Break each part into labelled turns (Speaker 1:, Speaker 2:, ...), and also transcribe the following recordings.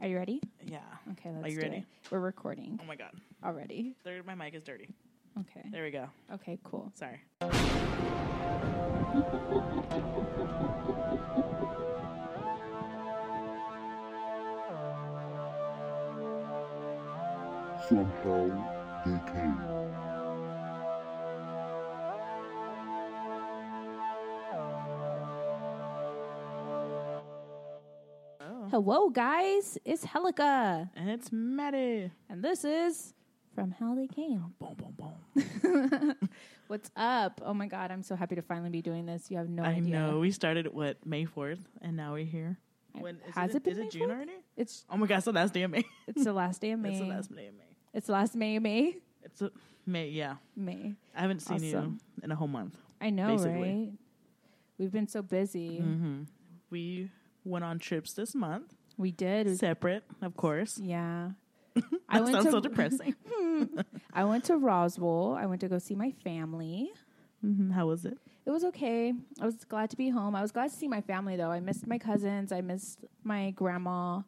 Speaker 1: Are you ready?
Speaker 2: Yeah.
Speaker 1: Okay, let's
Speaker 2: you
Speaker 1: do
Speaker 2: ready?
Speaker 1: it. We're recording
Speaker 2: Oh my god.
Speaker 1: already.
Speaker 2: There, my mic is dirty.
Speaker 1: Okay.
Speaker 2: There we go.
Speaker 1: Okay, cool.
Speaker 2: Sorry.
Speaker 3: somehow they came.
Speaker 2: Oh.
Speaker 1: Hello, guys. It's Helica,
Speaker 2: And it's Maddie.
Speaker 1: and this is From How They Came.
Speaker 2: Boom, boom, boom.
Speaker 1: What's up? Oh my God, I'm so happy to finally be doing this. You have no
Speaker 2: I
Speaker 1: idea.
Speaker 2: know. We started what May fourth, and now we're here.
Speaker 1: I-
Speaker 2: When is
Speaker 1: has it been
Speaker 2: is
Speaker 1: May
Speaker 2: it June
Speaker 1: 4th?
Speaker 2: already?
Speaker 1: It's
Speaker 2: Oh my god! So last day of May.
Speaker 1: it's the last day of
Speaker 2: That's
Speaker 1: May.
Speaker 2: the last day of May.
Speaker 1: It's the last May, May,
Speaker 2: It's a, May. Yeah.
Speaker 1: May.
Speaker 2: I haven't seen you
Speaker 1: Awesome.
Speaker 2: in a whole month.
Speaker 1: I know,
Speaker 2: Basically. Mm-hmm.
Speaker 1: right? We've been so busy.
Speaker 2: We went on trips this month,
Speaker 1: We did. It was-
Speaker 2: separate, of course.
Speaker 1: yeah.
Speaker 2: That sounds so depressing.
Speaker 1: I went to Roswell. I went to go see my family.
Speaker 2: Mhm. How was it?
Speaker 1: It was okay. I was glad to be home. I was glad to see my family though. I missed my cousins. I missed my grandma,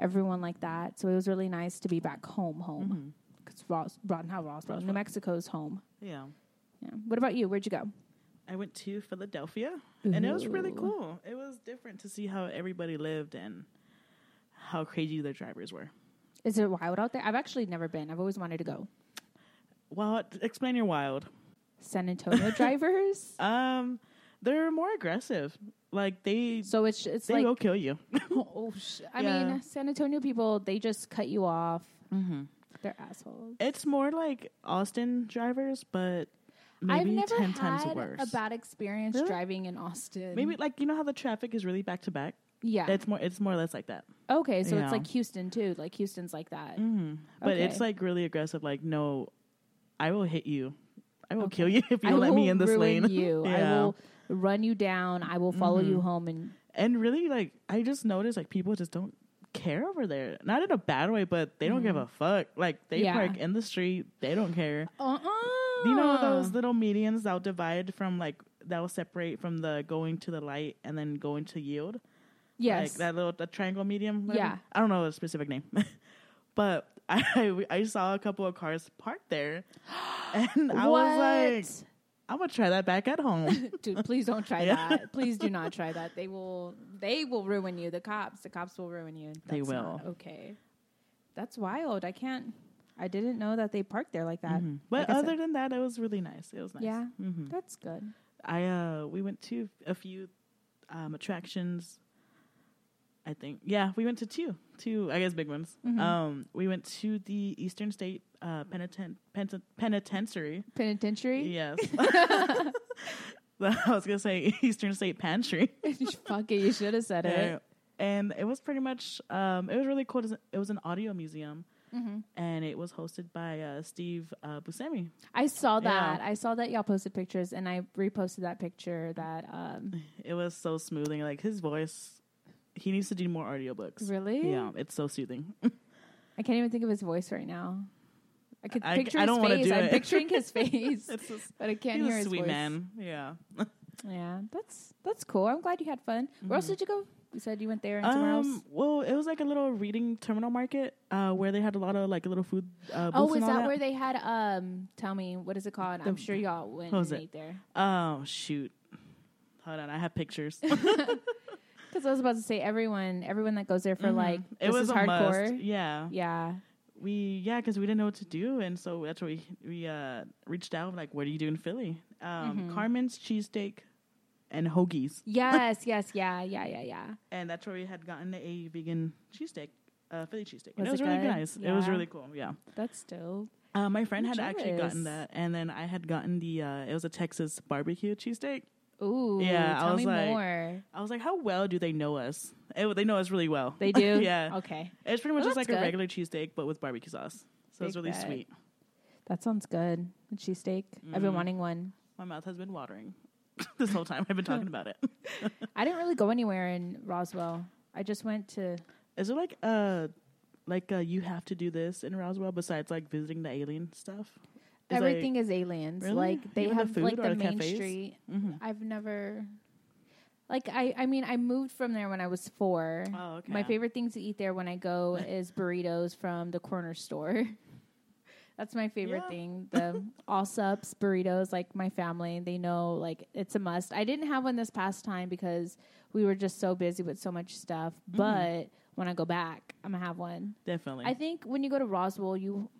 Speaker 1: everyone like that. So it was really nice to be back home, home. Because Ros- Ron, Mm-hmm. how Roswell, New Mexico's home.
Speaker 2: Yeah.
Speaker 1: Yeah. What about you? Where'd you go?
Speaker 2: I went to Philadelphia, and it was really
Speaker 1: Ooh.
Speaker 2: cool. It was different to see how everybody lived and how crazy their drivers were.
Speaker 1: Is it wild out there? I've actually never been. I've always wanted to go.
Speaker 2: Well, t- explain your wild.
Speaker 1: San Antonio drivers.
Speaker 2: Um, they're more aggressive. Like they,
Speaker 1: So it's it's
Speaker 2: they
Speaker 1: like
Speaker 2: will kill you.
Speaker 1: oh sh- I
Speaker 2: Yeah.
Speaker 1: mean San Antonio people they just cut you off.
Speaker 2: mm-hmm.
Speaker 1: They're assholes.
Speaker 2: It's more like Austin drivers, but
Speaker 1: I've
Speaker 2: maybe
Speaker 1: never
Speaker 2: ten
Speaker 1: had
Speaker 2: times worse.
Speaker 1: a bad experience
Speaker 2: Really?
Speaker 1: driving in Austin.
Speaker 2: maybe like you know how the traffic is really back to back.
Speaker 1: yeah.
Speaker 2: It's more. It's more or less like that.
Speaker 1: Okay, so
Speaker 2: Yeah.
Speaker 1: it's like Houston too. Like Houston's like that.
Speaker 2: Mm-hmm. But
Speaker 1: Okay.
Speaker 2: it's like really aggressive. Like no, I will hit you. I will kill you if you don't
Speaker 1: I
Speaker 2: let me
Speaker 1: will
Speaker 2: in this
Speaker 1: ruin
Speaker 2: lane.
Speaker 1: You. I will run you down. I will follow you
Speaker 2: Mm-hmm.
Speaker 1: home and
Speaker 2: and really like i just noticed like people just don't care over there not in a bad way but they don't give a fuck like they
Speaker 1: Mm-hmm. Yeah.
Speaker 2: park in the street they don't care
Speaker 1: uh
Speaker 2: you know those little medians that'll divide from like that'll separate from the going to the light and then going to yield like
Speaker 1: yes.
Speaker 2: that little the triangle medium whatever.
Speaker 1: Yeah.
Speaker 2: i don't know a specific name but I, I saw a couple of cars parked there and i was like i'm gonna try that back at home
Speaker 1: What? dude, please don't try
Speaker 2: Yeah.
Speaker 1: that. Please do not try that. They will they will ruin you. The cops, the cops will ruin you.
Speaker 2: They
Speaker 1: That's not
Speaker 2: will.
Speaker 1: okay. That's wild. I can't I didn't know that they parked there like that.
Speaker 2: Mm-hmm. but
Speaker 1: Like I said-
Speaker 2: other than that it was really nice it was nice
Speaker 1: Yeah.
Speaker 2: mm-hmm.
Speaker 1: That's good.
Speaker 2: I uh we went to a few um attractions. I think yeah, we went to two, two I guess big ones. Um, we went to the Eastern State uh, Penitent Penitent Penitentiary.
Speaker 1: Penitentiary?
Speaker 2: Yes, I was gonna say Eastern State Pantry.
Speaker 1: Fuck it, you should have said
Speaker 2: Yeah.
Speaker 1: it.
Speaker 2: And it was pretty much um, it was really cool. It was an audio museum, and it was hosted by uh, Steve uh, Buscemi.
Speaker 1: I saw
Speaker 2: Yeah.
Speaker 1: that. I saw that y'all posted pictures, and I reposted that picture. That um,
Speaker 2: It was so smoothing. Like his voice, he needs to do more audiobooks.
Speaker 1: Really?
Speaker 2: Yeah, it's so soothing.
Speaker 1: I can't even think of his voice right now. I could
Speaker 2: I-
Speaker 1: picture
Speaker 2: I don't
Speaker 1: his
Speaker 2: wanna
Speaker 1: face.
Speaker 2: do
Speaker 1: I'm
Speaker 2: it.
Speaker 1: picturing his face,
Speaker 2: It's just,
Speaker 1: but I can't
Speaker 2: he's
Speaker 1: hear
Speaker 2: a
Speaker 1: his
Speaker 2: sweet
Speaker 1: voice.
Speaker 2: man. Yeah.
Speaker 1: Yeah, that's that's cool. I'm glad you had fun. Where else did you go? You said you went there and somewhere else.
Speaker 2: Mm. Um. Well, it was like a little reading terminal market uh, where they had a lot of like little food. Uh,
Speaker 1: Oh,
Speaker 2: booths
Speaker 1: is
Speaker 2: and all
Speaker 1: that where they had um? Tell me what is it called? I'm sure y'all went
Speaker 2: what was
Speaker 1: and
Speaker 2: it?
Speaker 1: ate there.
Speaker 2: Oh shoot! Hold on, I have pictures.
Speaker 1: Because I was about to say everyone, everyone that goes there for like
Speaker 2: Mm-hmm. it
Speaker 1: this
Speaker 2: was
Speaker 1: is
Speaker 2: a
Speaker 1: hardcore.
Speaker 2: must. Yeah.
Speaker 1: Yeah,
Speaker 2: We yeah, because we didn't know what to do, and so that's why we we uh, reached out like, "What do you do in Philly?" Um,
Speaker 1: Mm-hmm.
Speaker 2: Carmen's cheesesteak and hoagies.
Speaker 1: yes, yes, yeah, yeah, yeah, yeah.
Speaker 2: and that's where we had gotten a vegan cheesesteak, uh, Philly cheesesteak.
Speaker 1: Was
Speaker 2: And it was
Speaker 1: it
Speaker 2: really
Speaker 1: good?
Speaker 2: nice. It was
Speaker 1: Yeah.
Speaker 2: really cool. Yeah.
Speaker 1: That's dope.
Speaker 2: Uh, my friend had actually
Speaker 1: jealous.
Speaker 2: gotten that, and then I had gotten the. Uh, it was a Texas barbecue cheesesteak.
Speaker 1: Ooh,
Speaker 2: Yeah, I
Speaker 1: Tell
Speaker 2: was
Speaker 1: me
Speaker 2: like-
Speaker 1: more.
Speaker 2: I was like, "How well do they know us? Eh, they know us really well.
Speaker 1: They do.
Speaker 2: yeah.
Speaker 1: Okay,
Speaker 2: It's pretty much
Speaker 1: Well,
Speaker 2: just like
Speaker 1: that's
Speaker 2: a
Speaker 1: good.
Speaker 2: regular cheesesteak, but with barbecue sauce. So it's
Speaker 1: Big
Speaker 2: really
Speaker 1: bag.
Speaker 2: sweet.
Speaker 1: that sounds good. A cheesesteak. I've
Speaker 2: Mm.
Speaker 1: been wanting one.
Speaker 2: My mouth has been watering this whole time. I've been talking about it.
Speaker 1: I didn't really go anywhere in Roswell. I just went to.
Speaker 2: Is there like a like a you have to do this in Roswell besides like visiting the alien stuff? Is, like-
Speaker 1: everything is aliens.
Speaker 2: Really?
Speaker 1: Like they
Speaker 2: Even the Mm-hmm.
Speaker 1: have
Speaker 2: food
Speaker 1: like
Speaker 2: or
Speaker 1: the
Speaker 2: the
Speaker 1: main
Speaker 2: cafes?
Speaker 1: street. I've never. Like I, I mean, I moved from there when I was four.
Speaker 2: Oh, okay.
Speaker 1: My favorite thing to eat there when I go is burritos from the corner store. That's my favorite
Speaker 2: Yeah.
Speaker 1: thing. The Allsups burritos, like my family, they know like it's a must. I didn't have one this past time because we were just so busy with so much stuff. But when I go back, I'm gonna have one.
Speaker 2: Definitely.
Speaker 1: I think when you go to Roswell, you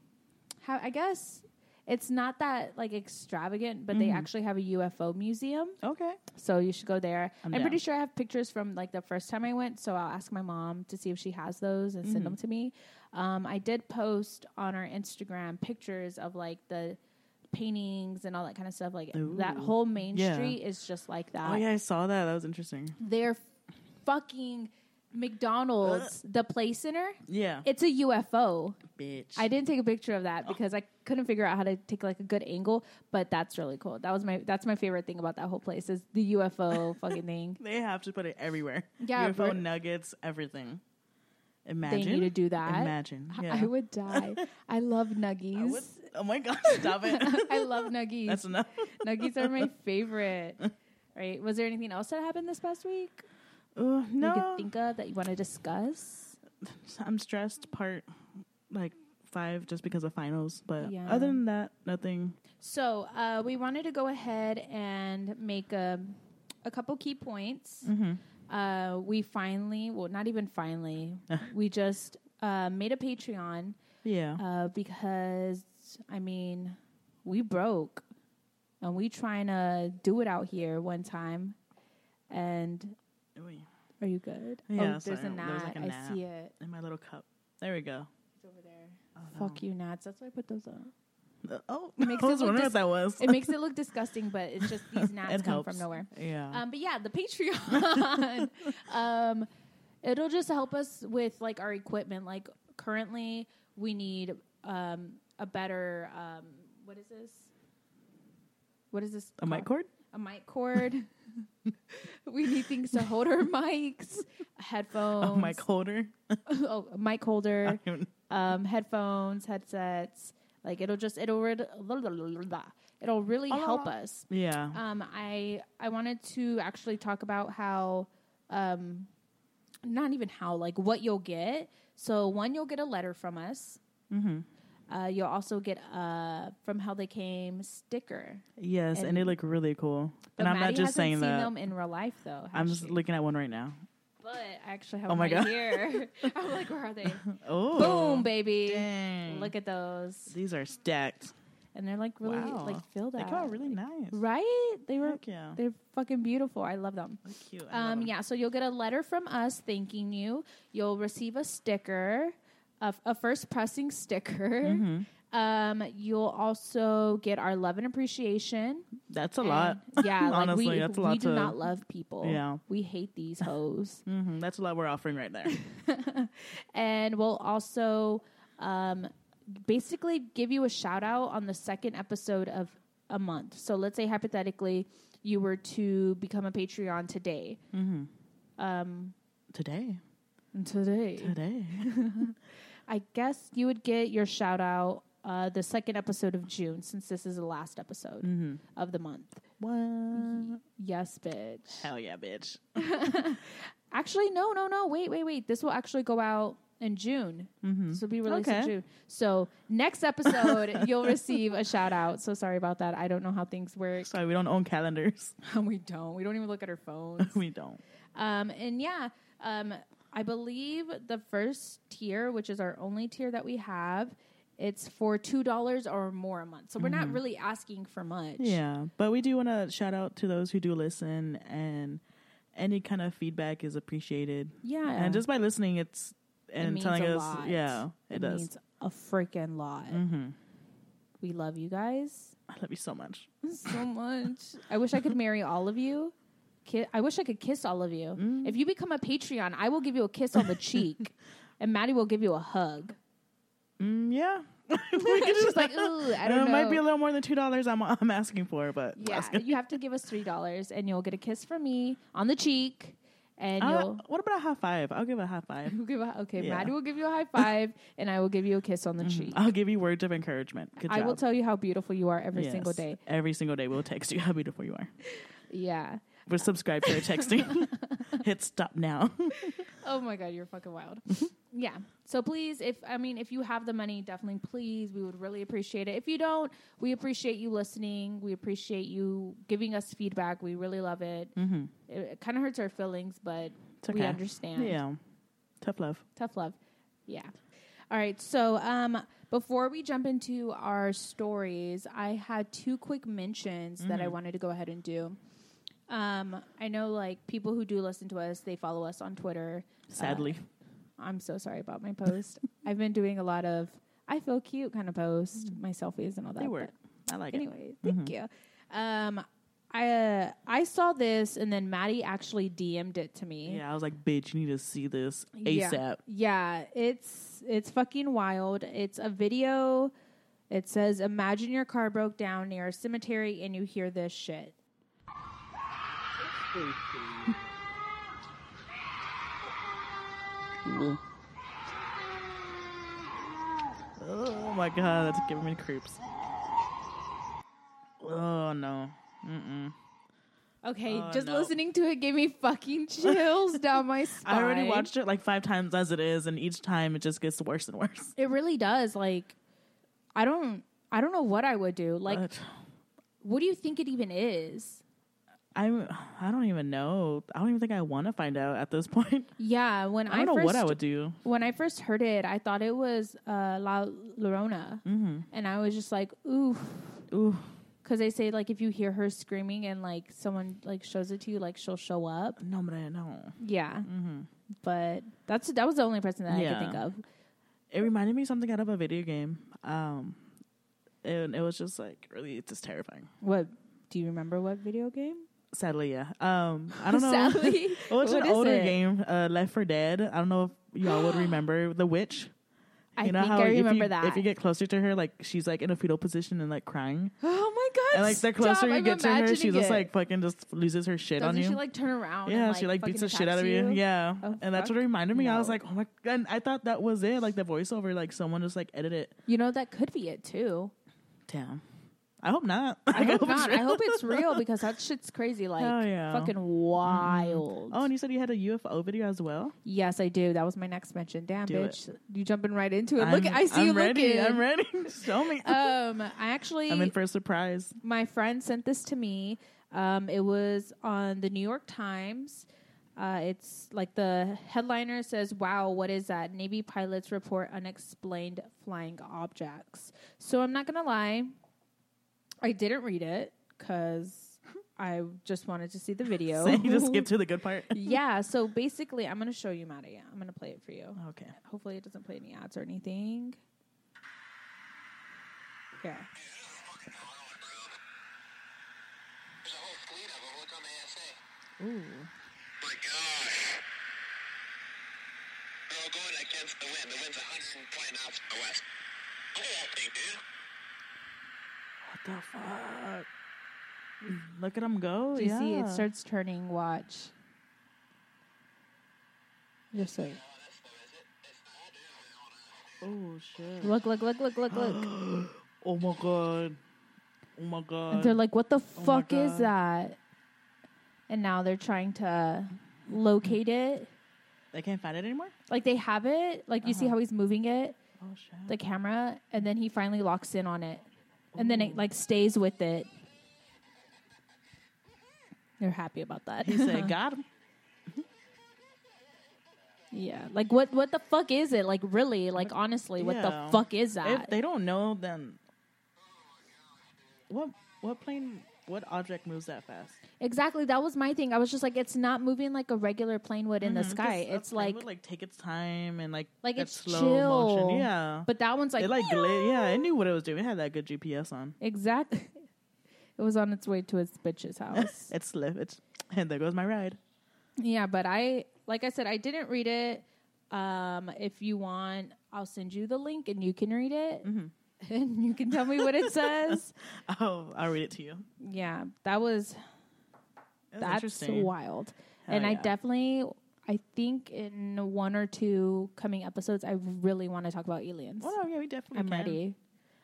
Speaker 1: have, I guess it's not that like extravagant, but they actually have a UFO museum.
Speaker 2: okay.
Speaker 1: So you should go there.
Speaker 2: I'm
Speaker 1: I'm,
Speaker 2: down.
Speaker 1: pretty sure I have pictures from like the first time I went. So I'll ask my mom to see if she has those and
Speaker 2: Mm-hmm.
Speaker 1: send them to me. Um, I did post on our Instagram pictures of like the paintings and all that kind of stuff. Like that
Speaker 2: Ooh.
Speaker 1: whole main
Speaker 2: Yeah.
Speaker 1: street is just like that.
Speaker 2: Oh yeah, I saw that. That was interesting.
Speaker 1: They're fucking McDonald's, the play center.
Speaker 2: Yeah.
Speaker 1: It's a UFO.
Speaker 2: Bitch.
Speaker 1: I didn't take a picture of
Speaker 2: oh.
Speaker 1: that because I couldn't figure out how to take like a good angle, but that's really cool. That was my that's my favorite thing about that whole place is the UFO fucking thing.
Speaker 2: They have to put it everywhere.
Speaker 1: Yeah,
Speaker 2: UFO
Speaker 1: but-
Speaker 2: nuggets, everything. Imagine
Speaker 1: They need to do that.
Speaker 2: Imagine. Yeah.
Speaker 1: I would die. I love nuggies.
Speaker 2: I would- oh my god! Stop it.
Speaker 1: I love nuggies.
Speaker 2: That's enough.
Speaker 1: nuggies are my favorite. Right? Was there anything else that happened this past week
Speaker 2: Uh,
Speaker 1: you
Speaker 2: no,
Speaker 1: could think of that you want to discuss?
Speaker 2: I'm stressed. Part like five, just because of finals. But
Speaker 1: Yeah.
Speaker 2: other than that, nothing.
Speaker 1: So uh, we wanted to go ahead and make a, a couple key points. Uh, we finally, well, not even finally, we just uh, made a Patreon
Speaker 2: Yeah.
Speaker 1: uh, because, I mean, we broke and we trying to do it out here one time. And
Speaker 2: Oh, yeah.
Speaker 1: are you good?
Speaker 2: Yeah,
Speaker 1: oh, there's
Speaker 2: sorry.
Speaker 1: a
Speaker 2: There's
Speaker 1: gnat.
Speaker 2: like a
Speaker 1: I
Speaker 2: gnat.
Speaker 1: see it.
Speaker 2: In my little cup. There we go.
Speaker 1: It's over there.
Speaker 2: Oh,
Speaker 1: Fuck you, gnats. That's why I put those up.
Speaker 2: Uh, Oh,
Speaker 1: makes
Speaker 2: I
Speaker 1: it
Speaker 2: was
Speaker 1: look
Speaker 2: wondering
Speaker 1: dis-
Speaker 2: what that was.
Speaker 1: It makes it look disgusting, but it's just these gnats
Speaker 2: It
Speaker 1: come
Speaker 2: helps.
Speaker 1: from nowhere.
Speaker 2: yeah.
Speaker 1: Um, but yeah, the Patreon. um, it'll just help us with like our equipment. Like currently, we need um, a better um, what is this? What is this?
Speaker 2: a mic
Speaker 1: called?
Speaker 2: cord.
Speaker 1: A mic cord. we need things to hold our mics, headphones.
Speaker 2: A mic holder.
Speaker 1: oh, a mic holder
Speaker 2: I don't-
Speaker 1: um, headphones, headsets. Like it'll just it'll re- it'll really
Speaker 2: Oh.
Speaker 1: help us.
Speaker 2: yeah.
Speaker 1: Um, I I wanted to actually talk about how, um, not even how like what you'll get. So one, you'll get a letter from us. Mm-hmm. Uh, you'll also get a from how they came sticker.
Speaker 2: yes, and,
Speaker 1: and-
Speaker 2: they look really cool.
Speaker 1: But
Speaker 2: And I'm
Speaker 1: Maddie
Speaker 2: not
Speaker 1: hasn't
Speaker 2: just saying
Speaker 1: seen
Speaker 2: that.
Speaker 1: them in real life though.
Speaker 2: I'm
Speaker 1: has
Speaker 2: just
Speaker 1: she?
Speaker 2: looking at one right now.
Speaker 1: but I actually have
Speaker 2: Oh
Speaker 1: one
Speaker 2: my
Speaker 1: right
Speaker 2: God.
Speaker 1: here. I'm like, where are they?
Speaker 2: Oh,
Speaker 1: Boom, baby!
Speaker 2: Dang.
Speaker 1: Look at those.
Speaker 2: These are stacked.
Speaker 1: and they're like really
Speaker 2: Wow.
Speaker 1: like filled
Speaker 2: They
Speaker 1: out.
Speaker 2: come out really nice.
Speaker 1: right? They were
Speaker 2: Heck yeah.
Speaker 1: they're fucking beautiful. I love them.
Speaker 2: They're cute. I love
Speaker 1: Um,
Speaker 2: 'em.
Speaker 1: yeah, so you'll get a letter from us thanking you. You'll receive a sticker, a, a first pressing sticker.
Speaker 2: Mm-hmm.
Speaker 1: Um, you'll also get our love and appreciation.
Speaker 2: That's a lot.
Speaker 1: And- yeah, like
Speaker 2: Honestly,
Speaker 1: we,
Speaker 2: that's a
Speaker 1: we
Speaker 2: lot
Speaker 1: do
Speaker 2: to-
Speaker 1: not love people.
Speaker 2: Yeah.
Speaker 1: we hate these hoes.
Speaker 2: hmm That's a lot we're offering right there.
Speaker 1: and we'll also um, basically give you a shout out on the second episode of a month. So let's say hypothetically you were to become a Patreon today. Um,
Speaker 2: Today.
Speaker 1: today,
Speaker 2: Today.
Speaker 1: I guess you would get your shout out uh, the second episode of June, since this is the last episode of the month.
Speaker 2: What?
Speaker 1: Yes, bitch.
Speaker 2: Hell yeah, bitch.
Speaker 1: Actually, no, no, no. Wait, wait, wait. This will actually go out in June. This will be released in
Speaker 2: Okay.
Speaker 1: June. So next episode, you'll receive a shout out. So sorry about that. I don't know how things work.
Speaker 2: Sorry, we don't own calendars.
Speaker 1: we don't. We don't even look at our phones.
Speaker 2: we don't.
Speaker 1: um, and yeah, um, I believe the first tier, which is our only tier that we have, it's for two dollars or more a month. So we're not really asking for much.
Speaker 2: Mm-hmm. Yeah, but we do want to shout out to those who do listen, and any kind of feedback is appreciated.
Speaker 1: Yeah.
Speaker 2: and just by listening, it's
Speaker 1: it
Speaker 2: and
Speaker 1: means
Speaker 2: telling
Speaker 1: a
Speaker 2: us,
Speaker 1: lot.
Speaker 2: yeah, it, does. Mm-hmm.
Speaker 1: means a freaking lot. We love you guys.
Speaker 2: I love you so much.
Speaker 1: so much. I wish I could marry all of you. Ki- I wish I could kiss all of you.
Speaker 2: Mm.
Speaker 1: If you become a Patreon, I will give you a kiss on the cheek, and Maddie will give you a hug.
Speaker 2: Mm, yeah,
Speaker 1: She's like, ooh, I don't
Speaker 2: it
Speaker 1: know.
Speaker 2: might be a little more than two dollars. I'm I'm asking for, but
Speaker 1: yeah,
Speaker 2: that's good.
Speaker 1: you have to give us three dollars, and you'll get a kiss from me on the cheek, and
Speaker 2: Uh,
Speaker 1: you'll.
Speaker 2: what about a high five? I'll give a high five.
Speaker 1: You'll Give a, okay,
Speaker 2: Yeah.
Speaker 1: Maddie will give you a high five, and I will give you a kiss on the cheek.
Speaker 2: I'll give you words of encouragement. Good
Speaker 1: I
Speaker 2: job.
Speaker 1: will tell you how beautiful you are every single
Speaker 2: Yes.
Speaker 1: day.
Speaker 2: Every single day, we'll text you how beautiful you are.
Speaker 1: Yeah.
Speaker 2: We're subscribed to our texting. Hit stop now.
Speaker 1: Oh my god, you're fucking wild. Mm-hmm. yeah. So please, if I mean, if you have the money, definitely please. We would really appreciate it. If you don't, we appreciate you listening. We appreciate you giving us feedback. We really love it.
Speaker 2: Mm-hmm.
Speaker 1: It, kind of hurts our feelings, but
Speaker 2: It's okay.
Speaker 1: we understand.
Speaker 2: Yeah. Tough love.
Speaker 1: Tough love. Yeah. All right. So um, before we jump into our stories, I had two quick mentions that
Speaker 2: Mm-hmm.
Speaker 1: I wanted to go ahead and do. Um, I know like people who do listen to us, they follow us on Twitter. Uh,
Speaker 2: Sadly.
Speaker 1: I'm so sorry about my post. I've been doing a lot of I feel cute kind of posts, my selfies and all that.
Speaker 2: Mm. they
Speaker 1: but
Speaker 2: work. Mm-hmm. I like it.
Speaker 1: Anyway, thank you. Um, I uh, I saw this and then Maddie actually DM'd it to me.
Speaker 2: Yeah, I was like, bitch, you need to see this
Speaker 1: Yeah.
Speaker 2: ASAP.
Speaker 1: Yeah, it's it's fucking wild. It's a video. It says, "Imagine your car broke down near a cemetery and you hear this shit."
Speaker 2: Oh my god, that's giving me creeps. Oh no. Mm-mm.
Speaker 1: Okay,
Speaker 2: Oh,
Speaker 1: just
Speaker 2: no.
Speaker 1: listening to it gave me fucking chills down my spine.
Speaker 2: I already watched it like five times as it is, and each time it just gets worse and worse.
Speaker 1: It really does. Like, I don't, I don't know what I would do. Like,
Speaker 2: But
Speaker 1: what do you think it even is?
Speaker 2: I'm I don't even know. I don't even think I want to find out at this point.
Speaker 1: Yeah, when
Speaker 2: I
Speaker 1: I,
Speaker 2: don't know
Speaker 1: first,
Speaker 2: what I would do.
Speaker 1: when I first heard it, I thought it was uh, La Llorona,
Speaker 2: Mm-hmm.
Speaker 1: and I was just like, ooh,
Speaker 2: Ooh,
Speaker 1: because they say like if you hear her screaming and like someone like shows it to you, like she'll show up.
Speaker 2: no, but I know.
Speaker 1: Yeah,
Speaker 2: Mm-hmm.
Speaker 1: but that's that was the only person that I
Speaker 2: Yeah.
Speaker 1: could think of.
Speaker 2: It reminded me of something out of a video game. Um, and it was just like really, it's just terrifying.
Speaker 1: What do you remember? What video game?
Speaker 2: Sadly, yeah. Um, I don't know.
Speaker 1: Sadly,
Speaker 2: Well, it's
Speaker 1: what
Speaker 2: an
Speaker 1: is
Speaker 2: older
Speaker 1: it?
Speaker 2: game, uh, Left for Dead. I don't know if y'all would remember The Witch.
Speaker 1: I
Speaker 2: You know
Speaker 1: think
Speaker 2: how
Speaker 1: I
Speaker 2: if you-
Speaker 1: remember that.
Speaker 2: If you get closer to her, like she's like in a fetal position and like crying,
Speaker 1: oh my god!
Speaker 2: and like the
Speaker 1: stop,
Speaker 2: closer you
Speaker 1: I'm
Speaker 2: get to her, she
Speaker 1: imagining
Speaker 2: just
Speaker 1: it.
Speaker 2: like fucking just loses her shit
Speaker 1: Doesn't
Speaker 2: on you.
Speaker 1: she like turn around?
Speaker 2: yeah,
Speaker 1: and,
Speaker 2: she like beats the
Speaker 1: fucking
Speaker 2: shit out of
Speaker 1: attacks
Speaker 2: you. Yeah,
Speaker 1: Oh,
Speaker 2: and that's what
Speaker 1: fuck
Speaker 2: it reminded me. I was
Speaker 1: no.
Speaker 2: like, oh my god! And I thought that was it. Like the voiceover, like someone just like edited it.
Speaker 1: You know that could be it too.
Speaker 2: Damn. I hope not.
Speaker 1: I
Speaker 2: Like,
Speaker 1: hope
Speaker 2: it's
Speaker 1: not.
Speaker 2: real.
Speaker 1: Oh I hope it's real because that shit's crazy. Like
Speaker 2: Hell yeah. Mm-hmm.
Speaker 1: fucking wild.
Speaker 2: Oh, and you said you had a UFO video as well.
Speaker 1: yes, I do. That was my next mention. Damn,
Speaker 2: Do
Speaker 1: bitch, you jumping right into it. Look, I see
Speaker 2: I'm
Speaker 1: you
Speaker 2: ready.
Speaker 1: looking.
Speaker 2: I'm ready. Show me.
Speaker 1: Um, I actually,
Speaker 2: I'm in for a surprise.
Speaker 1: my friend sent this to me. Um, it was on the New York Times. Uh, it's like the headliner says, "Wow, what is that?" Navy pilots report unexplained flying objects. So I'm not gonna lie, I didn't read it because I just wanted to see the video.
Speaker 2: So you just skip to the good part.
Speaker 1: yeah. So basically, I'm gonna show you, Maddie. I'm gonna play it for you.
Speaker 2: Okay.
Speaker 1: Hopefully, it doesn't play any ads or anything. Yeah.
Speaker 4: There's a whole fleet of them. Look on the ASA.
Speaker 2: Ooh.
Speaker 4: My gosh. They're all going against the wind. The wind's 120 knots from the west. Look at that thing, dude.
Speaker 2: What the fuck? Look at him go.
Speaker 1: Do you
Speaker 2: Oh, yeah.
Speaker 1: see it starts turning? Watch. Just wait.
Speaker 2: Oh shit.
Speaker 1: Look, look, look, look, look, look.
Speaker 2: Oh my god. Oh my
Speaker 1: And
Speaker 2: god.
Speaker 1: they're like, what the
Speaker 2: Oh my
Speaker 1: fuck is
Speaker 2: God.
Speaker 1: that? And now they're trying to locate it.
Speaker 2: they can't find it anymore.
Speaker 1: Like they have it. Like you
Speaker 2: Uh-huh.
Speaker 1: see how he's moving it,
Speaker 2: Oh shit.
Speaker 1: the camera, and then he finally locks in on it. And then it like stays with it. They're happy about that.
Speaker 2: he said, "Got him."
Speaker 1: yeah. Like what what the fuck is it? Like really? Like honestly, what
Speaker 2: Yeah.
Speaker 1: the fuck is that?
Speaker 2: If they don't know, then what? What plane? What object moves that fast?
Speaker 1: Exactly. That was my thing. I was just like, it's not moving like a regular plane would in the
Speaker 2: Mhm, 'cause
Speaker 1: sky.
Speaker 2: a
Speaker 1: It's
Speaker 2: plane
Speaker 1: like,
Speaker 2: would, like take its time and like
Speaker 1: Like,
Speaker 2: that
Speaker 1: it's
Speaker 2: slow
Speaker 1: chill.
Speaker 2: motion. Yeah,
Speaker 1: but that one's like,
Speaker 2: it like gla- yeah, it knew what it was doing. It had that good GPS on.
Speaker 1: exactly. It was on its way to its bitch's house.
Speaker 2: It slipped. It's and there goes my ride.
Speaker 1: yeah, but I, like I said, I didn't read it. Um, if you want, I'll send you the link and you can read it
Speaker 2: Mm-hmm.
Speaker 1: and you can tell me what it says.
Speaker 2: Oh, I'll read it to you.
Speaker 1: Yeah, that was
Speaker 2: That's,
Speaker 1: that's
Speaker 2: interesting.
Speaker 1: wild.
Speaker 2: Hell
Speaker 1: and I
Speaker 2: yeah.
Speaker 1: definitely, I think in one or two coming episodes, I really want to talk about aliens.
Speaker 2: Oh no, yeah, we definitely.
Speaker 1: I'm
Speaker 2: can.
Speaker 1: ready.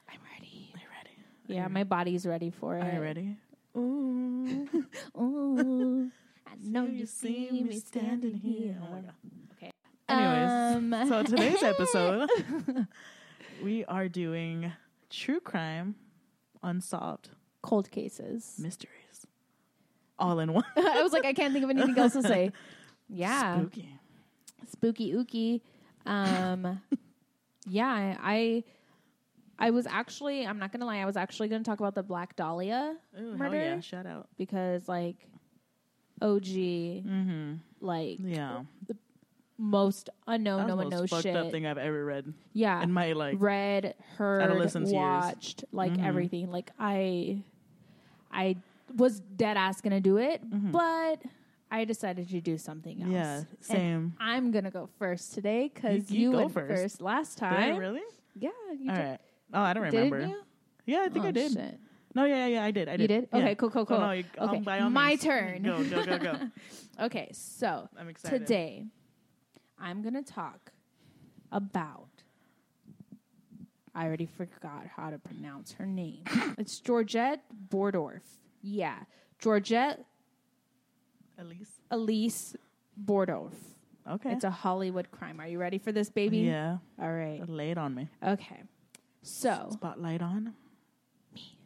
Speaker 1: I'm ready.
Speaker 2: Are you ready?
Speaker 1: Yeah, my body's ready for it.
Speaker 2: Are you ready? Ooh,
Speaker 1: Ooh, I
Speaker 2: know you see me standing here. Oh my God.
Speaker 1: Okay.
Speaker 2: Anyways,
Speaker 1: Um,
Speaker 2: so today's episode, we are doing true crime, unsolved
Speaker 1: cold cases.
Speaker 2: mysteries, all in one.
Speaker 1: I was like, I can't think of anything else to say. Yeah.
Speaker 2: Spooky.
Speaker 1: spooky ooky. Um, yeah, I, I I was actually I'm not gonna lie, I was actually gonna talk about the Black Dahlia
Speaker 2: Ooh, hell
Speaker 1: murder
Speaker 2: yeah! Shout out.
Speaker 1: because like OG,
Speaker 2: Mm-hmm.
Speaker 1: like
Speaker 2: Yeah,
Speaker 1: most unknown,
Speaker 2: That was
Speaker 1: no
Speaker 2: the
Speaker 1: one
Speaker 2: most
Speaker 1: knows
Speaker 2: fucked
Speaker 1: shit.
Speaker 2: up thing I've ever read
Speaker 1: yeah,
Speaker 2: in my like.
Speaker 1: read, heard,
Speaker 2: adolescence years. Mm-hmm.
Speaker 1: watched, like everything. Like I, I was dead ass gonna do it, but I decided to do something else.
Speaker 2: Mm-hmm. Yeah,
Speaker 1: And
Speaker 2: same.
Speaker 1: I'm gonna go first today because
Speaker 2: You-
Speaker 1: you,
Speaker 2: you go
Speaker 1: went
Speaker 2: first.
Speaker 1: first. last
Speaker 2: Did I
Speaker 1: time.
Speaker 2: really?
Speaker 1: Yeah, you
Speaker 2: All
Speaker 1: did.
Speaker 2: right. Oh, I don't
Speaker 1: Didn't
Speaker 2: remember.
Speaker 1: you?
Speaker 2: Yeah, I think
Speaker 1: Oh,
Speaker 2: I did.
Speaker 1: shit.
Speaker 2: No, yeah, yeah, yeah, I did. I did.
Speaker 1: You did?
Speaker 2: Yeah.
Speaker 1: Okay, cool, cool,
Speaker 2: So
Speaker 1: cool.
Speaker 2: no, you- um,
Speaker 1: Okay,
Speaker 2: by all
Speaker 1: my
Speaker 2: means,
Speaker 1: turn.
Speaker 2: Go, go, go, go.
Speaker 1: Okay, so
Speaker 2: I'm excited.
Speaker 1: today I'm gonna talk about. I already forgot how to pronounce her name. it's Georgette Bordorf. Yeah, Georgette
Speaker 2: Elise.
Speaker 1: Elise Bordorf.
Speaker 2: Okay.
Speaker 1: It's a Hollywood crime. Are you ready for this, baby?
Speaker 2: yeah.
Speaker 1: All right.
Speaker 2: Lay it on me.
Speaker 1: Okay. So,
Speaker 2: Spotlight on me.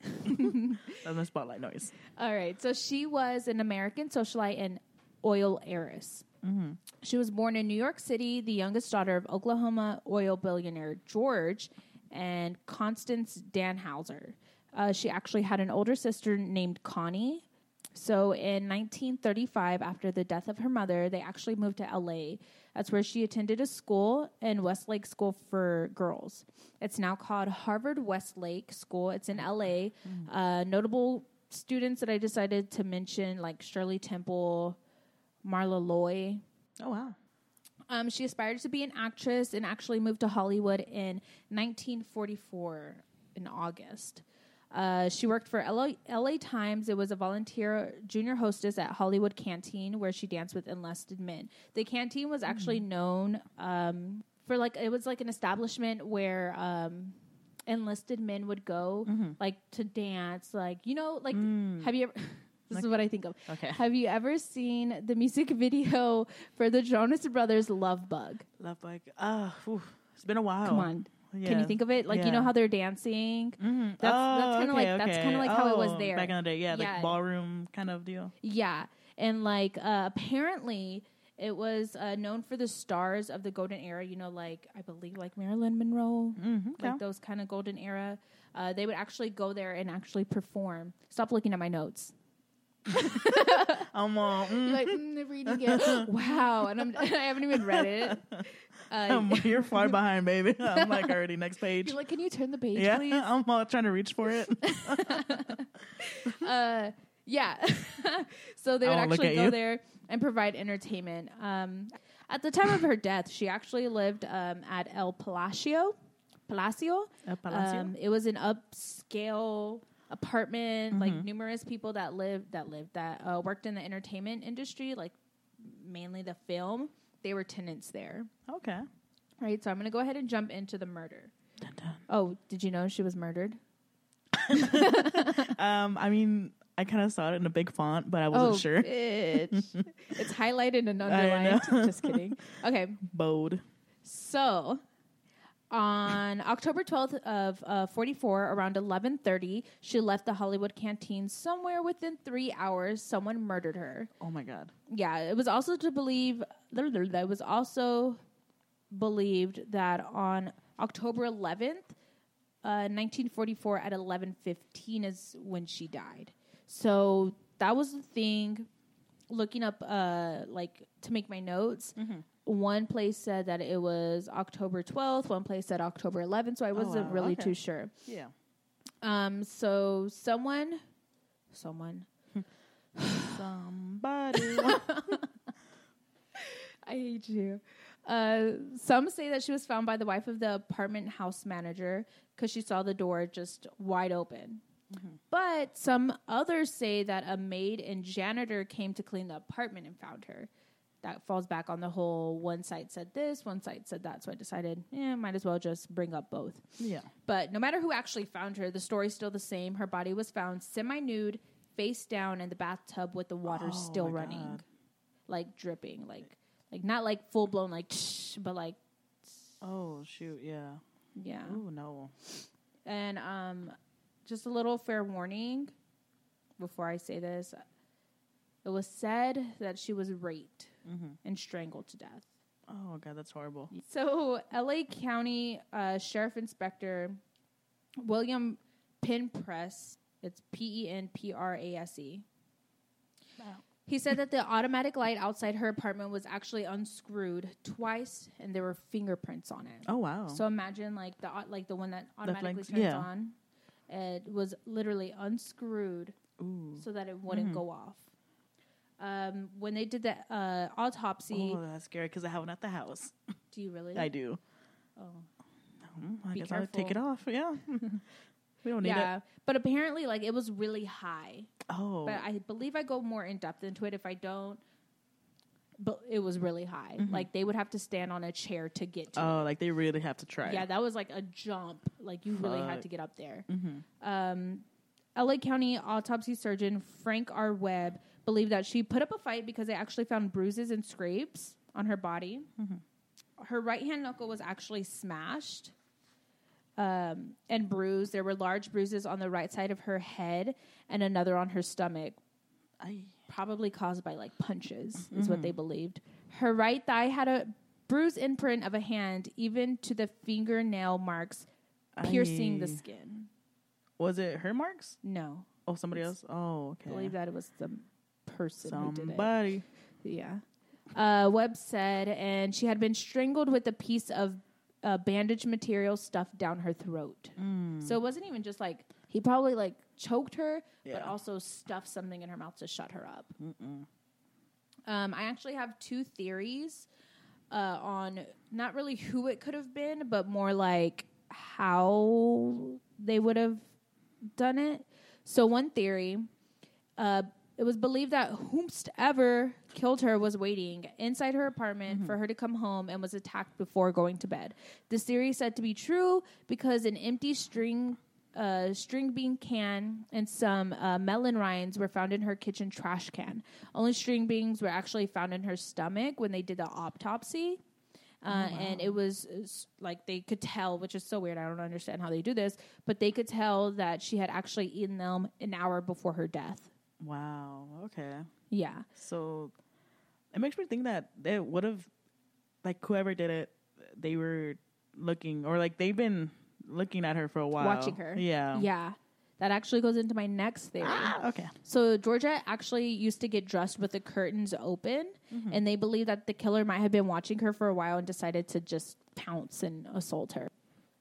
Speaker 2: That's my spotlight noise.
Speaker 1: all right. So she was an American socialite and oil heiress. She was born in New York City, the youngest daughter of Oklahoma oil billionaire George and Constance Danhauser. Uh, she actually had an older sister named Connie. So in 1935, after the death of her mother, they actually moved to LA. That's where she attended a school in Westlake School for Girls. It's now called Harvard Westlake School. It's in LA. Uh, notable students that I decided to mention, like Shirley Temple, Marla Loy,
Speaker 2: Oh wow.
Speaker 1: um, she aspired to be an actress and actually moved to Hollywood in 1944 in August. Uh, she worked for LA, LA Times. It was a volunteer junior hostess at Hollywood Canteen where she danced with enlisted men. The canteen was actually known um, for like, it was like an establishment where um, enlisted men would go like to dance. Like, you know, like, have you ever, this is what I think of.
Speaker 2: Okay.
Speaker 1: Have you ever seen the music video for the Jonas Brothers Love Bug?
Speaker 2: Love bug. Ah, whew. it's been a while.
Speaker 1: Come on. Can you think of it? Like you
Speaker 2: Oh. Yeah.
Speaker 1: know how they're dancing? Mm-hmm. That's that's
Speaker 2: oh,
Speaker 1: kind of
Speaker 2: okay,
Speaker 1: like that's
Speaker 2: okay.
Speaker 1: kind of like how it was
Speaker 2: Oh,
Speaker 1: there.
Speaker 2: back in the day. Yeah,
Speaker 1: Yeah.
Speaker 2: like ballroom kind of deal.
Speaker 1: Yeah, and like uh, apparently it was uh, known for the stars of the golden era. You know, like I believe like Marilyn Monroe,
Speaker 2: Mm-hmm. yeah.
Speaker 1: like those kind of golden era. Uh, they would actually go there and actually perform. Stop looking at my notes.
Speaker 2: Um, uh, mm,
Speaker 1: Like mm, reading it, wow, and I'm, I haven't even read it. Uh,
Speaker 2: um, you're far behind, baby. I'm like already next page.
Speaker 1: You're like, can you turn the page,
Speaker 2: yeah,
Speaker 1: please?
Speaker 2: I'm uh, trying to reach for it.
Speaker 1: Uh, yeah. so they
Speaker 2: I
Speaker 1: would
Speaker 2: won't look
Speaker 1: actually
Speaker 2: at
Speaker 1: go
Speaker 2: you.
Speaker 1: there and provide entertainment. Um, at the time of her death, she actually lived um, at El Palacio. Palacio.
Speaker 2: El Palacio?
Speaker 1: Um, it was an upscale apartment. Like
Speaker 2: Mm-hmm.
Speaker 1: numerous people that lived that lived that uh, worked in the entertainment industry, like mainly the film. They were tenants there,
Speaker 2: okay.
Speaker 1: right? So I'm going to go ahead and jump into the murder.
Speaker 2: Dun, dun.
Speaker 1: Oh, did you know she was murdered?
Speaker 2: Um, I mean, I kind of saw it in a big font, but I wasn't
Speaker 1: oh,
Speaker 2: sure.
Speaker 1: bitch. it's highlighted and
Speaker 2: I
Speaker 1: underlined. Just kidding. Okay,
Speaker 2: Bode.
Speaker 1: so on October twelfth of uh, forty four, around eleven thirty, she left the Hollywood canteen. Somewhere within three hours, someone murdered her.
Speaker 2: Oh my god.
Speaker 1: Yeah, it was also to believe. It was also believed that on October eleventh, uh, nineteen forty four, at eleven fifteen is when she died. So that was the thing. Looking up, uh, like to make my notes.
Speaker 2: Mm-hmm.
Speaker 1: One place said that it was October twelfth. One place said October eleventh. So I wasn't
Speaker 2: Oh, wow,
Speaker 1: really
Speaker 2: okay.
Speaker 1: too sure.
Speaker 2: Yeah.
Speaker 1: Um, so someone, someone
Speaker 2: Somebody.
Speaker 1: I hate you. Uh, some say that she was found by the wife of the apartment house manager because she saw the door just wide open. But some others say that a maid and janitor came to clean the apartment and found her. that falls back on the whole one side said this, one side said that. So I decided, eh, might as well just bring up both.
Speaker 2: Yeah.
Speaker 1: But no matter who actually found her, the story's still the same. Her body was found semi nude, face down in the bathtub with the water
Speaker 2: Oh,
Speaker 1: still
Speaker 2: my
Speaker 1: running.
Speaker 2: God.
Speaker 1: Like dripping. Like like not like full blown like but like
Speaker 2: Oh shoot. Yeah.
Speaker 1: yeah.
Speaker 2: Oh no.
Speaker 1: And um, just a little fair warning before I say this. It was said that she was raped
Speaker 2: Mm-hmm.
Speaker 1: and strangled to death.
Speaker 2: Oh god, that's horrible.
Speaker 1: So, LA County uh, Sheriff Inspector William Pinpress, it's P E N P R A S E. He said that the automatic light outside her apartment was actually unscrewed twice and there were fingerprints on it.
Speaker 2: Oh wow.
Speaker 1: So imagine like the au- like the one that automatically
Speaker 2: blinks,
Speaker 1: turns
Speaker 2: yeah.
Speaker 1: on. It was literally unscrewed
Speaker 2: Ooh. Mm-hmm.
Speaker 1: so that it wouldn't go off. Um, when they did the uh, autopsy,
Speaker 2: Oh, that's scary because I have one at the house.
Speaker 1: do you really?
Speaker 2: I do.
Speaker 1: Oh.
Speaker 2: Mm, I
Speaker 1: Be
Speaker 2: guess I'll take it off. Yeah. we don't need
Speaker 1: yeah,
Speaker 2: it.
Speaker 1: but apparently, like it was really high.
Speaker 2: Oh.
Speaker 1: But I believe I go more in depth into it. If I don't, but it was really high.
Speaker 2: Mm-hmm.
Speaker 1: Like they would have to stand on a chair to get to. it.
Speaker 2: oh, like they really have to try.
Speaker 1: Yeah, that was like a jump. Like you really had
Speaker 2: Fuck.
Speaker 1: to get up there. Um, LA County autopsy surgeon Frank R. Webb believed that she put up a fight because they actually found bruises and scrapes on her body. Her right hand knuckle was actually smashed um, and bruised. There were large bruises on the right side of her head and another on her stomach,
Speaker 2: I,
Speaker 1: probably caused by like punches, is what
Speaker 2: Mm-hmm.
Speaker 1: they believed. Her right thigh had a bruise imprint of a hand, even to the fingernail marks piercing the
Speaker 2: Aye.
Speaker 1: skin.
Speaker 2: was it her marks?
Speaker 1: No,
Speaker 2: Oh, somebody else. Oh, okay.
Speaker 1: I believe that it was the person who did it.
Speaker 2: Somebody.
Speaker 1: Yeah. Uh, Webb said, and she had been strangled with a piece of uh, bandage material stuffed down her throat. So it wasn't even just like he probably like choked her, but
Speaker 2: Yeah.
Speaker 1: also stuffed something in her mouth to shut her up. Um, I actually have two theories uh, on not really who it could have been, but more like how they would have done it. So one theory uh, it was believed that whomsoever killed her was waiting inside her apartment for her to come home and was attacked before going to bed. This theory is said to be true because an empty string. uh, string bean can and some uh, melon rinds were found in her kitchen trash can. Only string beans were actually found in her stomach when they did the autopsy. Uh, and it was uh, s- like they could tell, which is so weird. I don't understand how they do this, but they could tell that she had actually eaten them an hour before her death.
Speaker 2: Wow. Okay.
Speaker 1: Yeah,
Speaker 2: So it makes me think that they would have, like, whoever did it, they were looking, or like they've been looking at her for a while,
Speaker 1: watching her.
Speaker 2: Yeah.
Speaker 1: yeah. That actually goes into my next theory.
Speaker 2: Ah, okay.
Speaker 1: So Georgia actually used to get dressed with the curtains open,
Speaker 2: Mm-hmm.
Speaker 1: and they believe that the killer might have been watching her for a while and decided to just pounce and assault her.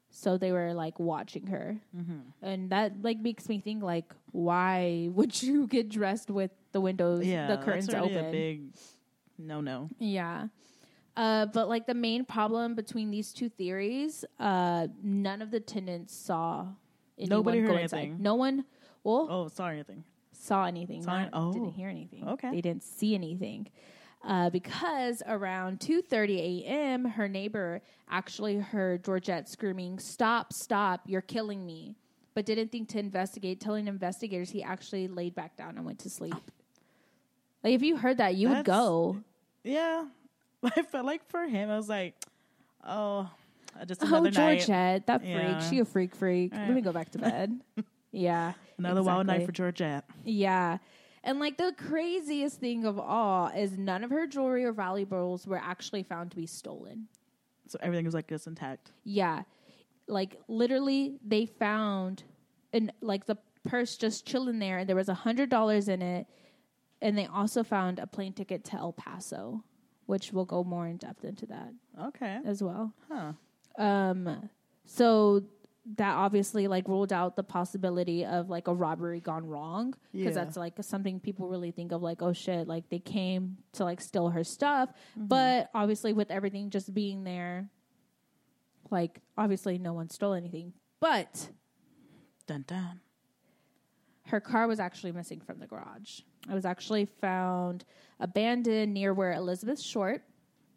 Speaker 1: So they were like watching her,
Speaker 2: Mm-hmm.
Speaker 1: and that like makes me think like, why would you get dressed with the windows,
Speaker 2: Yeah.
Speaker 1: the curtains
Speaker 2: that's already
Speaker 1: open?
Speaker 2: A big no, no.
Speaker 1: Yeah. Uh, but like the main problem between these two theories, uh, none of the tenants saw anyone
Speaker 2: Nobody heard
Speaker 1: go inside.
Speaker 2: anything.
Speaker 1: No one, well,
Speaker 2: Oh, sorry. I think.
Speaker 1: saw anything.
Speaker 2: Saw
Speaker 1: not-
Speaker 2: it- oh.
Speaker 1: didn't hear anything.
Speaker 2: Okay.
Speaker 1: they didn't see anything. Uh, because around 2:30 a.m., her neighbor actually heard Georgette screaming, "Stop! Stop! You're killing me!" But didn't think to investigate. Telling investigators, he actually laid back down and went to sleep. Like if you heard that, you would
Speaker 2: That's-
Speaker 1: go.
Speaker 2: Yeah. I felt like for him, I was like, oh, just
Speaker 1: Oh,
Speaker 2: another night.
Speaker 1: Georgette, that freak.
Speaker 2: Yeah.
Speaker 1: She a freak freak. Let
Speaker 2: Right.
Speaker 1: me go back to bed. yeah.
Speaker 2: Another wild night
Speaker 1: exactly.
Speaker 2: for Georgette.
Speaker 1: Yeah. And like the craziest thing of all is none of her jewelry or valuables were actually found to be stolen.
Speaker 2: So everything was like just intact.
Speaker 1: Yeah. Like literally they found and like the purse just chilling there and there was a hundred dollars in it. And they also found a plane ticket to El Paso, which we'll go more in depth into that
Speaker 2: Okay.
Speaker 1: as well.
Speaker 2: Huh.
Speaker 1: Um, so that obviously like ruled out the possibility of like a robbery gone wrong because
Speaker 2: Yeah.
Speaker 1: that's like something people really think of like oh shit like they came to like steal her stuff
Speaker 2: Mm-hmm.
Speaker 1: but obviously with everything just being there like obviously no one stole anything but
Speaker 2: Dun dun.
Speaker 1: her car was actually missing from the garage. It was actually found abandoned near where Elizabeth Short.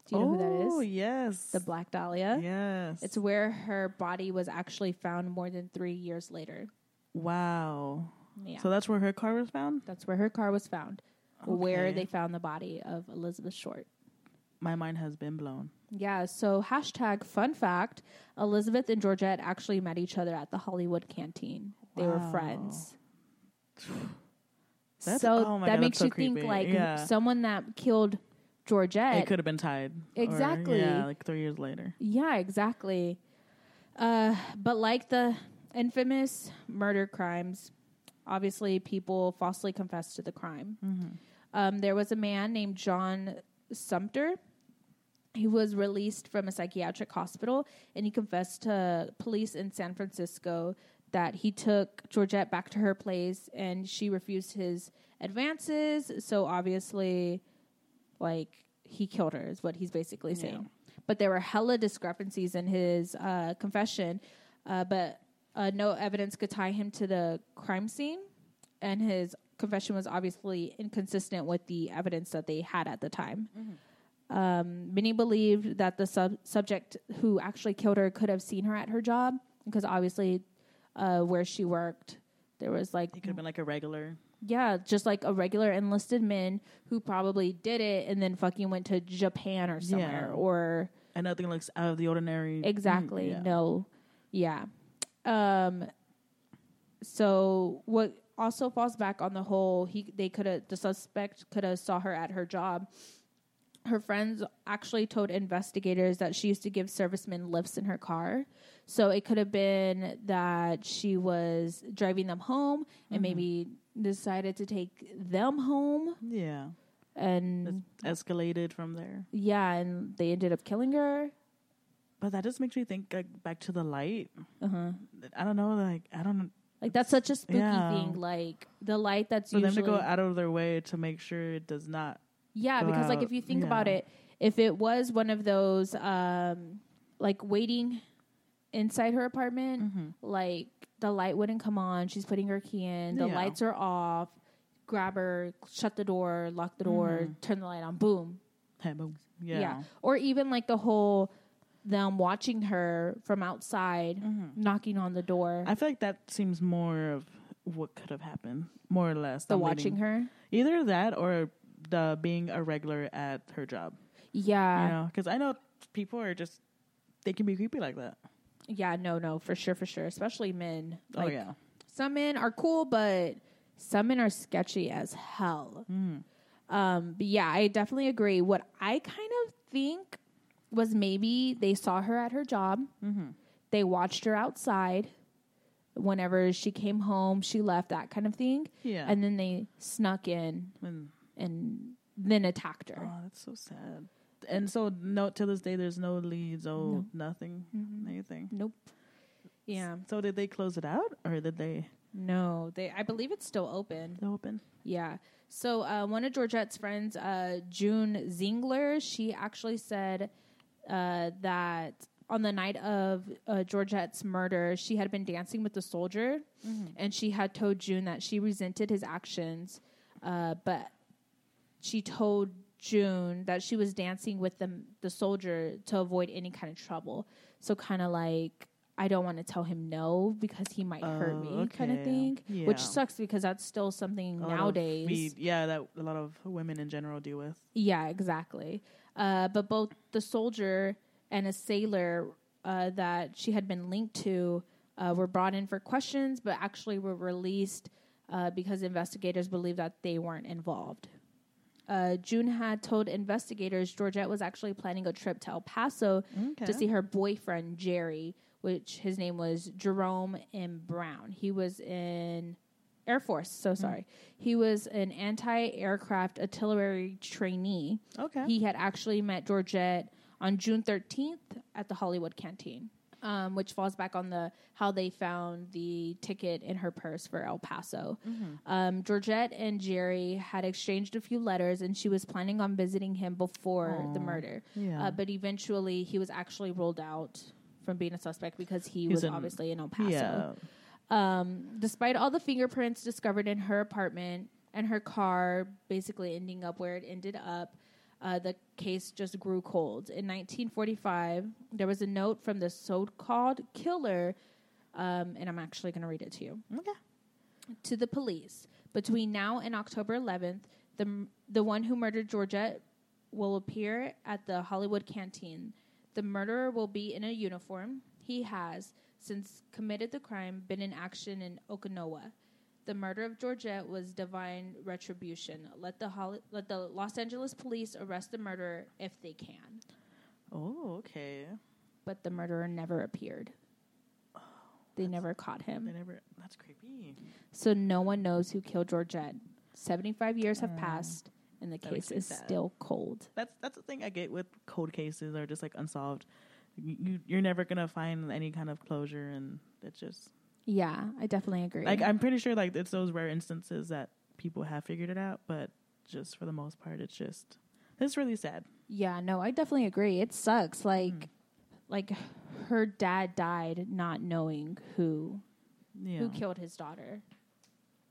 Speaker 1: Do you know who
Speaker 2: Oh,
Speaker 1: that is?
Speaker 2: yes.
Speaker 1: The Black Dahlia.
Speaker 2: Yes.
Speaker 1: It's where her body was actually found more than three years later.
Speaker 2: wow.
Speaker 1: Yeah.
Speaker 2: So that's where her car was found?
Speaker 1: That's where her car was found, where
Speaker 2: Okay.
Speaker 1: they found the body of Elizabeth Short.
Speaker 2: My mind has been blown.
Speaker 1: Yeah, so hashtag fun fact Elizabeth and Georgette actually met each other at the Hollywood canteen. They were
Speaker 2: Wow.
Speaker 1: friends.
Speaker 2: That's-
Speaker 1: so
Speaker 2: oh my
Speaker 1: that
Speaker 2: God,
Speaker 1: makes
Speaker 2: that's so
Speaker 1: you think
Speaker 2: creepy.
Speaker 1: like
Speaker 2: Yeah.
Speaker 1: someone that killed Georgette
Speaker 2: it could have been tied. Or,
Speaker 1: Exactly.
Speaker 2: yeah, like three years later.
Speaker 1: Yeah, exactly. Uh, but like the infamous murder crimes, obviously people falsely confessed to the crime. Um, there was a man named John Sumter. He was released from a psychiatric hospital and he confessed to police in San Francisco that he took Georgette back to her place and she refused his advances. So obviously, like he killed her is what he's basically saying but there were hella discrepancies in his uh, confession uh, but uh, no evidence could tie him to the crime scene and his confession was obviously inconsistent with the evidence that they had at the time um, many believed that the sub- subject who actually killed her could have seen her at her job because obviously uh, where she worked there was like
Speaker 2: It could have been like a regular.
Speaker 1: yeah, just like a regular enlisted men who probably did it and then fucking went to Japan or somewhere
Speaker 2: Yeah.
Speaker 1: or
Speaker 2: And nothing looks out of the ordinary. Mm,
Speaker 1: exactly.
Speaker 2: yeah.
Speaker 1: No. Yeah. Um so what also falls back on the whole he they could have the suspect could have saw her at her job. Her friends actually told investigators that she used to give servicemen lifts in her car. So it could have been that she was driving them home and maybe decided to take them home
Speaker 2: Yeah. It's
Speaker 1: and
Speaker 2: escalated from there.
Speaker 1: yeah, and they ended up killing her.
Speaker 2: But that just makes me think like back to the light.
Speaker 1: Uh-huh.
Speaker 2: I don't know, like I don't
Speaker 1: Like that's such a spooky
Speaker 2: Yeah.
Speaker 1: thing. Like the light that's
Speaker 2: for
Speaker 1: usually
Speaker 2: them to go out of their way to make sure it does not
Speaker 1: yeah.
Speaker 2: go
Speaker 1: Because like
Speaker 2: out,
Speaker 1: if you think
Speaker 2: yeah.
Speaker 1: about it, if it was one of those um like waiting inside her apartment,
Speaker 2: Mm-hmm.
Speaker 1: like the light wouldn't come on. She's putting her key in. The
Speaker 2: Yeah.
Speaker 1: lights are off. Grab her, shut the door, lock the door, turn the light on. Boom.
Speaker 2: happen.
Speaker 1: Yeah.
Speaker 2: Mm-hmm. Yeah.
Speaker 1: Or even like the whole them watching her from outside, knocking on the door,
Speaker 2: Mm-hmm. I feel like that seems more of what could have happened, more or less.
Speaker 1: the
Speaker 2: than
Speaker 1: watching
Speaker 2: waiting.
Speaker 1: her.
Speaker 2: Either that or the being a regular at her job.
Speaker 1: Yeah.
Speaker 2: you know, because I know people are just they can be creepy like that.
Speaker 1: Yeah, no, no, for sure, for sure. Especially men.
Speaker 2: oh
Speaker 1: Like,
Speaker 2: yeah,
Speaker 1: Some men are cool, but some men are sketchy as hell. Um, but yeah, I definitely agree. What I kind of think was maybe they saw her at her job, they watched her outside. Whenever she came home, she left that kind of thing.
Speaker 2: Yeah.
Speaker 1: And then they snuck in
Speaker 2: and
Speaker 1: and then attacked her.
Speaker 2: oh, that's so sad. And so no, to this day, there's no leads. Oh, nothing,
Speaker 1: Mm-hmm.
Speaker 2: anything.
Speaker 1: Nope. Yeah.
Speaker 2: So did they close it out or did they
Speaker 1: No. They I believe it's still open.
Speaker 2: they open?
Speaker 1: Yeah. So uh, one of Georgette's friends, uh, June Zingler, she actually said uh, that on the night of uh, Georgette's murder, she had been dancing with the soldier,
Speaker 2: Mm-hmm.
Speaker 1: and she had told June that she resented his actions, uh, but she told June that she was dancing with the the soldier to avoid any kind of trouble. So kind of like. I don't want to tell him no because he might hurt me,
Speaker 2: Oh,
Speaker 1: kind of
Speaker 2: okay.
Speaker 1: thing. Which
Speaker 2: Yeah.
Speaker 1: sucks because that's still something
Speaker 2: A lot of
Speaker 1: nowadays.
Speaker 2: feed- yeah, that a lot of women in general deal with.
Speaker 1: Yeah, exactly. Uh, but both the soldier and a sailor uh, that she had been linked to uh, were brought in for questions, but actually were released uh, because investigators believed that they weren't involved. Uh, June had told investigators Georgette was actually planning a trip to El Paso
Speaker 2: Okay.
Speaker 1: to see her boyfriend Jerry, which his name was Jerome M. Brown. He was in Air Force. So
Speaker 2: Mm-hmm.
Speaker 1: sorry, he was an anti-aircraft artillery trainee.
Speaker 2: Okay.
Speaker 1: He had actually met Georgette on June 13th at the Hollywood Canteen, um, which falls back on the how they found the ticket in her purse for El Paso.
Speaker 2: Mm-hmm.
Speaker 1: Um, Georgette and Jerry had exchanged a few letters, and she was planning on visiting him before the murder.
Speaker 2: yeah.
Speaker 1: Uh, but eventually, he was actually ruled out from being a suspect because he was
Speaker 2: in-
Speaker 1: obviously in El Paso.
Speaker 2: Yeah,
Speaker 1: Um, despite all the fingerprints discovered in her apartment and her car basically ending up where it ended up, uh, the case just grew cold. In 1945, there was a note from the so called killer, um, and I'm actually going to read it to you
Speaker 2: Okay.
Speaker 1: to the police. Between now and October 11th, the, m- the one who murdered Georgette will appear at the Hollywood canteen. The murderer will be in a uniform. He has, since committed the crime, been in action in Okinawa. The murder of Georgette was divine retribution. Let the, Holly, let the Los Angeles police arrest the murderer if they can.
Speaker 2: Oh, okay.
Speaker 1: But the murderer never appeared. They never caught him.
Speaker 2: They never. That's creepy.
Speaker 1: So no one knows who killed Georgette. 75 years have passed and the
Speaker 2: That makes
Speaker 1: case
Speaker 2: me
Speaker 1: is
Speaker 2: sad.
Speaker 1: still cold.
Speaker 2: That's that's the thing I get with cold cases or just like unsolved. You- You you're never gonna find any kind of closure, and it's just
Speaker 1: Yeah, I definitely agree.
Speaker 2: like I'm pretty sure like it's those rare instances that people have figured it out, but just for the most part, it's just it's really sad.
Speaker 1: yeah, no, I definitely agree. It sucks like
Speaker 2: Mm.
Speaker 1: like her dad died not knowing who
Speaker 2: Yeah.
Speaker 1: who killed his daughter.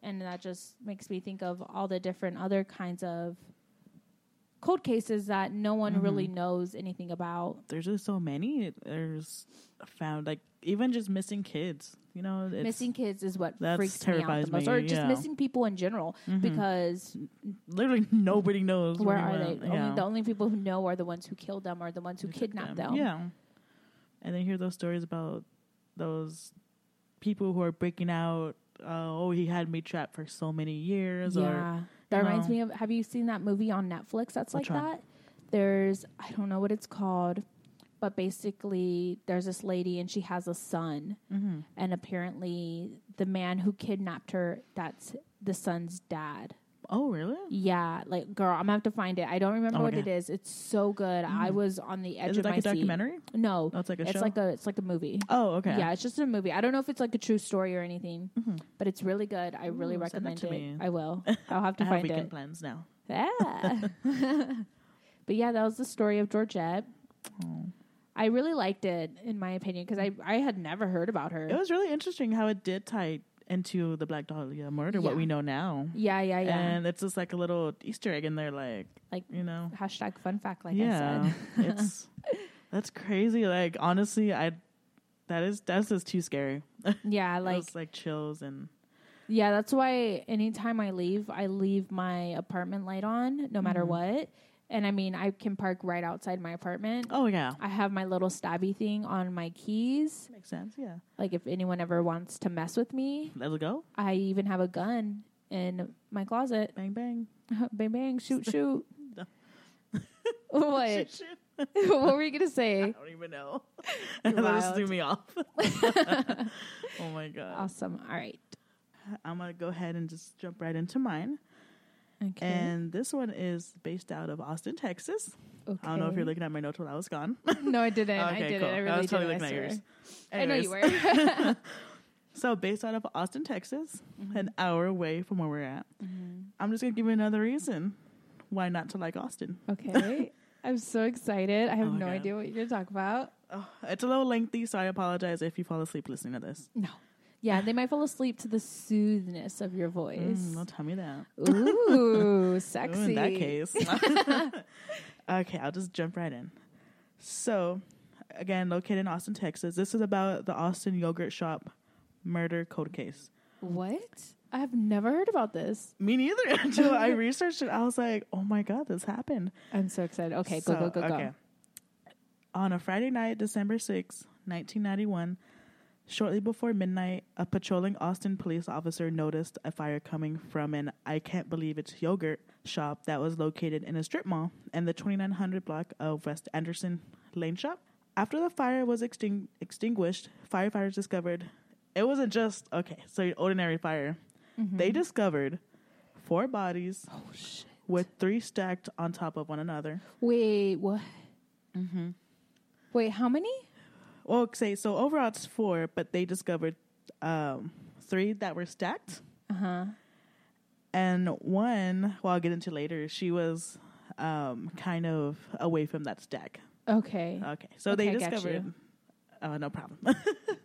Speaker 1: And that just makes me think of all the different other kinds of cold cases that no one really
Speaker 2: Mm-hmm.
Speaker 1: knows anything about.
Speaker 2: There's just so many. There's found like even just missing kids. You know, it's,
Speaker 1: missing kids is what
Speaker 2: That's
Speaker 1: freaks me out
Speaker 2: terrifies
Speaker 1: the most,
Speaker 2: me,
Speaker 1: or just
Speaker 2: yeah. Mm-hmm.
Speaker 1: missing people in general. Because
Speaker 2: literally nobody knows
Speaker 1: Where
Speaker 2: he
Speaker 1: are they?
Speaker 2: went. Yeah.
Speaker 1: Only the only people who know are the ones who killed them, are the ones who
Speaker 2: Who took
Speaker 1: kidnapped them.
Speaker 2: Yeah. And then hear those stories about those people who are breaking out. Uh, oh, he had me trapped for so many years. Or
Speaker 1: Yeah. That
Speaker 2: you
Speaker 1: reminds
Speaker 2: know.
Speaker 1: me of. Have you seen that movie on Netflix? That's
Speaker 2: Which
Speaker 1: like
Speaker 2: one?
Speaker 1: that. There's I don't know what it's called, but basically there's this lady and she has a son,
Speaker 2: Mm-hmm.
Speaker 1: and apparently the man who kidnapped her that's the son's dad.
Speaker 2: oh, really?
Speaker 1: Yeah, like girl, I'm gonna have to find it. I don't remember
Speaker 2: Oh my
Speaker 1: what
Speaker 2: God. Mm.
Speaker 1: it is. It's so good. I was on the edge
Speaker 2: Is it
Speaker 1: of my
Speaker 2: like a
Speaker 1: seat.
Speaker 2: documentary?
Speaker 1: No,
Speaker 2: Oh, it's like a
Speaker 1: it's
Speaker 2: show?
Speaker 1: like a it's like a movie.
Speaker 2: Oh, okay.
Speaker 1: Yeah, it's just a movie. I don't know if it's like a true story or anything, but it's really good. I really
Speaker 2: Mm-hmm. Ooh, send that
Speaker 1: recommend
Speaker 2: to
Speaker 1: it.
Speaker 2: me.
Speaker 1: I will. I'll have to
Speaker 2: I have
Speaker 1: find
Speaker 2: weekend
Speaker 1: it.
Speaker 2: plans now.
Speaker 1: Yeah. but yeah, that was the story of Georgette. I really liked it, in my opinion, because I I had never heard about her.
Speaker 2: It was really interesting how it did tie into the Black Dahlia murder,
Speaker 1: Yeah.
Speaker 2: what we know now.
Speaker 1: yeah, yeah, yeah.
Speaker 2: And it's just like a little Easter egg in there, like,
Speaker 1: like
Speaker 2: you know.
Speaker 1: hashtag fun fact, like I
Speaker 2: yeah.
Speaker 1: said.
Speaker 2: it's that's crazy. Like honestly, I that is that's just too scary.
Speaker 1: Yeah,
Speaker 2: like,
Speaker 1: like
Speaker 2: like chills and
Speaker 1: yeah. That's why anytime I leave, I leave my apartment light on, no matter
Speaker 2: Mm-hmm.
Speaker 1: what. And I mean, I can park right outside my apartment.
Speaker 2: oh yeah,
Speaker 1: I have my little stabby thing on my keys.
Speaker 2: makes sense. Yeah,
Speaker 1: Like if anyone ever wants to mess with me,
Speaker 2: let it go.
Speaker 1: I even have a gun in my closet.
Speaker 2: Bang bang.
Speaker 1: bang bang, shoot shoot.
Speaker 2: No.
Speaker 1: what?
Speaker 2: Shit, shit.
Speaker 1: what were you gonna
Speaker 2: I
Speaker 1: say?
Speaker 2: don't even know. that just
Speaker 1: wild.
Speaker 2: threw me off. oh my god.
Speaker 1: Awesome. All right.
Speaker 2: I'm gonna go ahead and just jump right into mine.
Speaker 1: Okay.
Speaker 2: And this one is based out of Austin, Texas.
Speaker 1: okay.
Speaker 2: I don't know if you're looking at my notes while I was gone.
Speaker 1: No, I didn't. I
Speaker 2: Okay,
Speaker 1: didn't.
Speaker 2: cool.
Speaker 1: I
Speaker 2: I
Speaker 1: really
Speaker 2: was totally
Speaker 1: didn't.
Speaker 2: looking at
Speaker 1: swear.
Speaker 2: Anyways,
Speaker 1: I know you were.
Speaker 2: So based out of Austin, Texas, an hour away from where we're at. I'm just gonna give you another reason why not to like Austin.
Speaker 1: okay. I'm so excited. I have
Speaker 2: Oh my
Speaker 1: no
Speaker 2: God.
Speaker 1: idea what you're gonna talk about.
Speaker 2: Oh, it's a little lengthy, so I apologize if you fall asleep listening to this.
Speaker 1: No. Yeah, they might fall asleep to the soothness of your voice.
Speaker 2: Mm, don't tell me that.
Speaker 1: Ooh,
Speaker 2: Ooh,
Speaker 1: sexy.
Speaker 2: in that case. okay, I'll just jump right in. So, again, located in Austin, Texas. This is about the Austin Yogurt Shop murder cold case.
Speaker 1: What? I have never heard about this.
Speaker 2: Me neither. Until I researched it, I was like, oh my God, this happened.
Speaker 1: I'm so excited. Okay, go,
Speaker 2: So,
Speaker 1: go, go, go.
Speaker 2: On a Friday night, December sixth, 1991, shortly before midnight, a patrolling Austin police officer noticed a fire coming from an I Can't Believe It's Yogurt shop that was located in a strip mall in the 2900 block of West Anderson Lane Shop. After the fire was exting- extinguished, firefighters discovered it wasn't just, okay, so your ordinary fire.
Speaker 1: Mm-hmm.
Speaker 2: They discovered four bodies
Speaker 1: Oh,
Speaker 2: with three stacked on top of one another.
Speaker 1: Wait, what? Mm-hmm. Wait, how many?
Speaker 2: Well, okay, so overall it's four, but they discovered um, three that were stacked,
Speaker 1: Uh huh.
Speaker 2: and one, well, I'll get into later, she was um, kind of away from that stack.
Speaker 1: Okay.
Speaker 2: Okay, so
Speaker 1: Okay,
Speaker 2: they
Speaker 1: I got
Speaker 2: discovered. uh,
Speaker 1: you.
Speaker 2: Oh, no problem.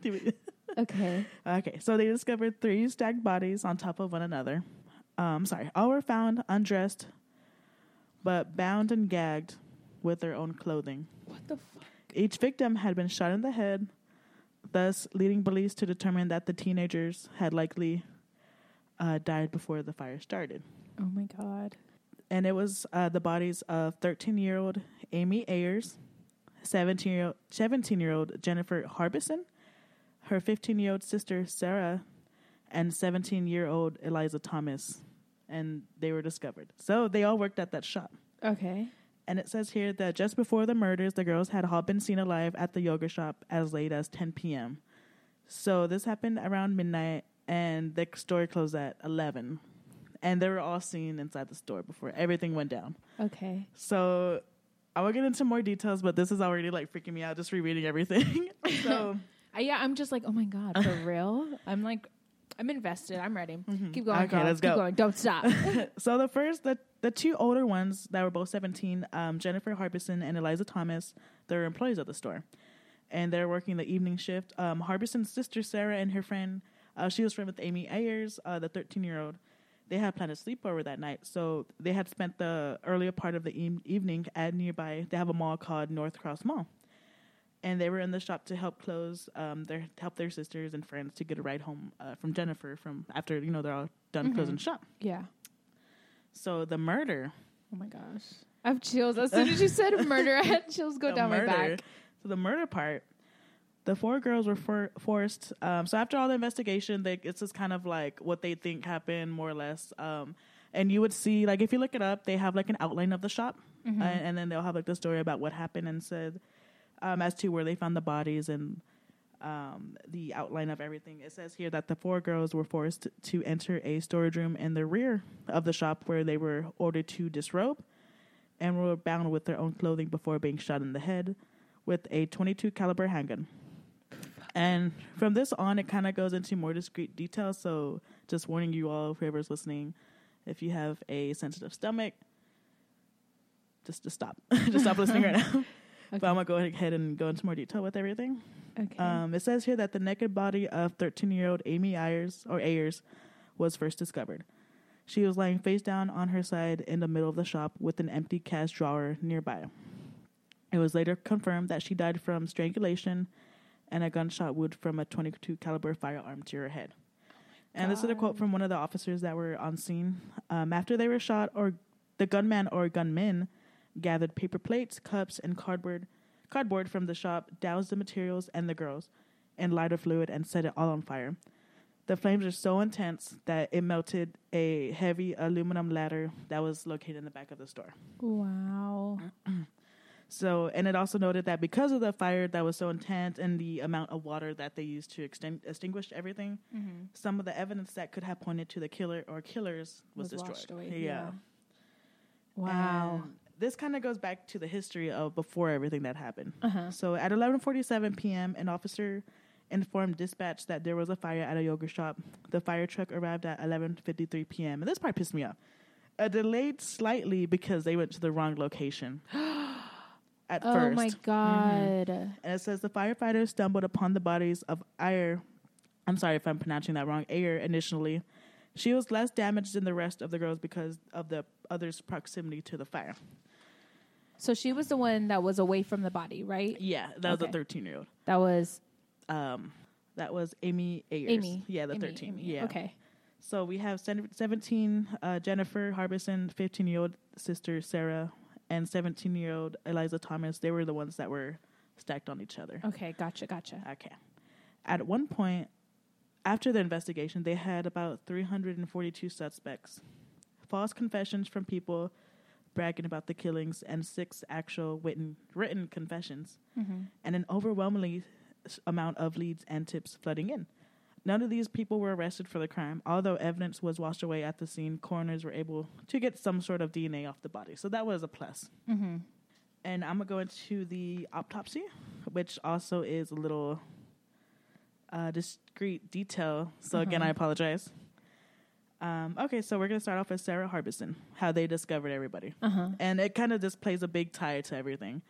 Speaker 2: Do we-
Speaker 1: Okay.
Speaker 2: Okay, so they discovered three stacked bodies on top of one another. Um, sorry, all were found undressed, but bound and gagged with their own clothing.
Speaker 1: What the fuck?
Speaker 2: Each victim had been shot in the head, thus leading police to determine that the teenagers had likely uh, died before the fire started.
Speaker 1: Oh my god.
Speaker 2: And it was uh, the bodies of 13 year old Amy Ayers, 17 year old, 17 year old Jennifer Harbison, her 15 year old sister Sarah, and 17 year old Eliza Thomas. And they were discovered. So they all worked at that shop.
Speaker 1: Okay.
Speaker 2: And it says here that just before the murders, the girls had all been seen alive at the yoga shop as late as 10 p.m. So this happened around midnight, and the store closed at 11. And they were all seen inside the store before everything went down.
Speaker 1: Okay.
Speaker 2: So I will get into more details, but this is already like freaking me out just rereading everything. so
Speaker 1: I, yeah, I'm just like, oh my god, for real? I'm like, I'm invested. I'm ready. Keep going.
Speaker 2: Mm-hmm. Okay,
Speaker 1: girl.
Speaker 2: let's
Speaker 1: Keep
Speaker 2: go.
Speaker 1: going. Don't stop.
Speaker 2: so the first the the two older ones that were both 17 um, jennifer harbison and eliza thomas they were employees of the store and they're working the evening shift um, harbison's sister sarah and her friend uh, she was friend with amy ayers uh, the 13 year old they had planned a sleepover that night so they had spent the earlier part of the e- evening at nearby they have a mall called north cross mall and they were in the shop to help close um, their help their sisters and friends to get a ride home uh, from jennifer from after you know they're all done closing shop
Speaker 1: yeah.
Speaker 2: so the murder.
Speaker 1: Oh my gosh. I have chills. As soon as you said murder, I had chills go
Speaker 2: the
Speaker 1: down
Speaker 2: murder,
Speaker 1: my back.
Speaker 2: So the murder part. The four girls were for, forced. Um, so after all the investigation, they, it's just kind of like what they think happened, more or less. Um, and you would see, like, if you look it up, they have like an outline of the shop,
Speaker 1: Mm-hmm.
Speaker 2: uh, and then they'll have like the story about what happened and said um, as to where they found the bodies and um, the outline of everything. It says here that the four girls were forced to enter a storage room in the rear of the shop where they were ordered to disrobe and were bound with their own clothing before being shot in the head with a 22 caliber handgun. And from this on, it kind of goes into more discreet detail. So, just warning you all, whoever's listening, if you have a sensitive stomach, just just stop, just stop listening right now. But I'm gonna go ahead and go into more detail with everything.
Speaker 1: Okay.
Speaker 2: Um, it says here that the naked body of 13 year old Amy Ayers or Ayers was first discovered. She was lying face down on her side in the middle of the shop with an empty cash drawer nearby. It was later confirmed that she died from strangulation and a gunshot wound from a 22 caliber firearm to her head. And this is a quote from one of the officers that were on scene. Um, after they were shot, or the gunman or gunmen gathered paper plates, cups, and cardboard cardboard from the shop, doused the materials and the girls in lighter fluid, and set it all on fire. The flames were so intense that it melted a heavy aluminum ladder that was located in the back of the store.
Speaker 1: wow.
Speaker 2: So, and it also noted that because of the fire that was so intense and the amount of water that they used to extin- extinguish everything,
Speaker 1: Mm-hmm.
Speaker 2: some of the evidence that could have pointed to the killer or killers was,
Speaker 1: Was washed
Speaker 2: destroyed.
Speaker 1: away, yeah. Wow.
Speaker 2: And this kind of goes back to the history of before everything that happened.
Speaker 1: Uh-huh.
Speaker 2: So at 11:47 p.m., an officer informed dispatch that there was a fire at a yogurt shop. The fire truck arrived at 11:53 p.m. and this part pissed me off. Uh, delayed slightly because they went to the wrong location. at
Speaker 1: oh
Speaker 2: first, Mm-hmm.
Speaker 1: my god.
Speaker 2: and it says the firefighters stumbled upon the bodies of Ayer. I'm sorry if I'm pronouncing that wrong. Ayer initially. She was less damaged than the rest of the girls because of the others' proximity to the fire.
Speaker 1: So she was the one that was away from the body, right?
Speaker 2: Yeah, that was a
Speaker 1: Okay.
Speaker 2: 13 year old.
Speaker 1: That was
Speaker 2: Um, that was Amy Ayers.
Speaker 1: Amy.
Speaker 2: Yeah, the
Speaker 1: Amy,
Speaker 2: 13.
Speaker 1: Amy.
Speaker 2: Yeah.
Speaker 1: Okay.
Speaker 2: So we have sen- 17 uh, Jennifer Harbison, 15 year old sister Sarah, and 17 year old Eliza Thomas. They were the ones that were stacked on each other.
Speaker 1: Okay. Gotcha. Gotcha.
Speaker 2: Okay. At one point, after the investigation, they had about 342 suspects, false confessions from people bragging about the killings, and six actual written, written confessions, and an overwhelmingly s- amount of leads and tips flooding in. None of these people were arrested for the crime. Although evidence was washed away at the scene, coroners were able to get some sort of DNA off the body. So that was a plus and I'm gonna go into the autopsy, which also is a little uh, discreet detail. So again, I apologize. Um, okay, so we're gonna start off with Sarah Harbison, how they discovered everybody, and it kind of just plays a big tie to everything.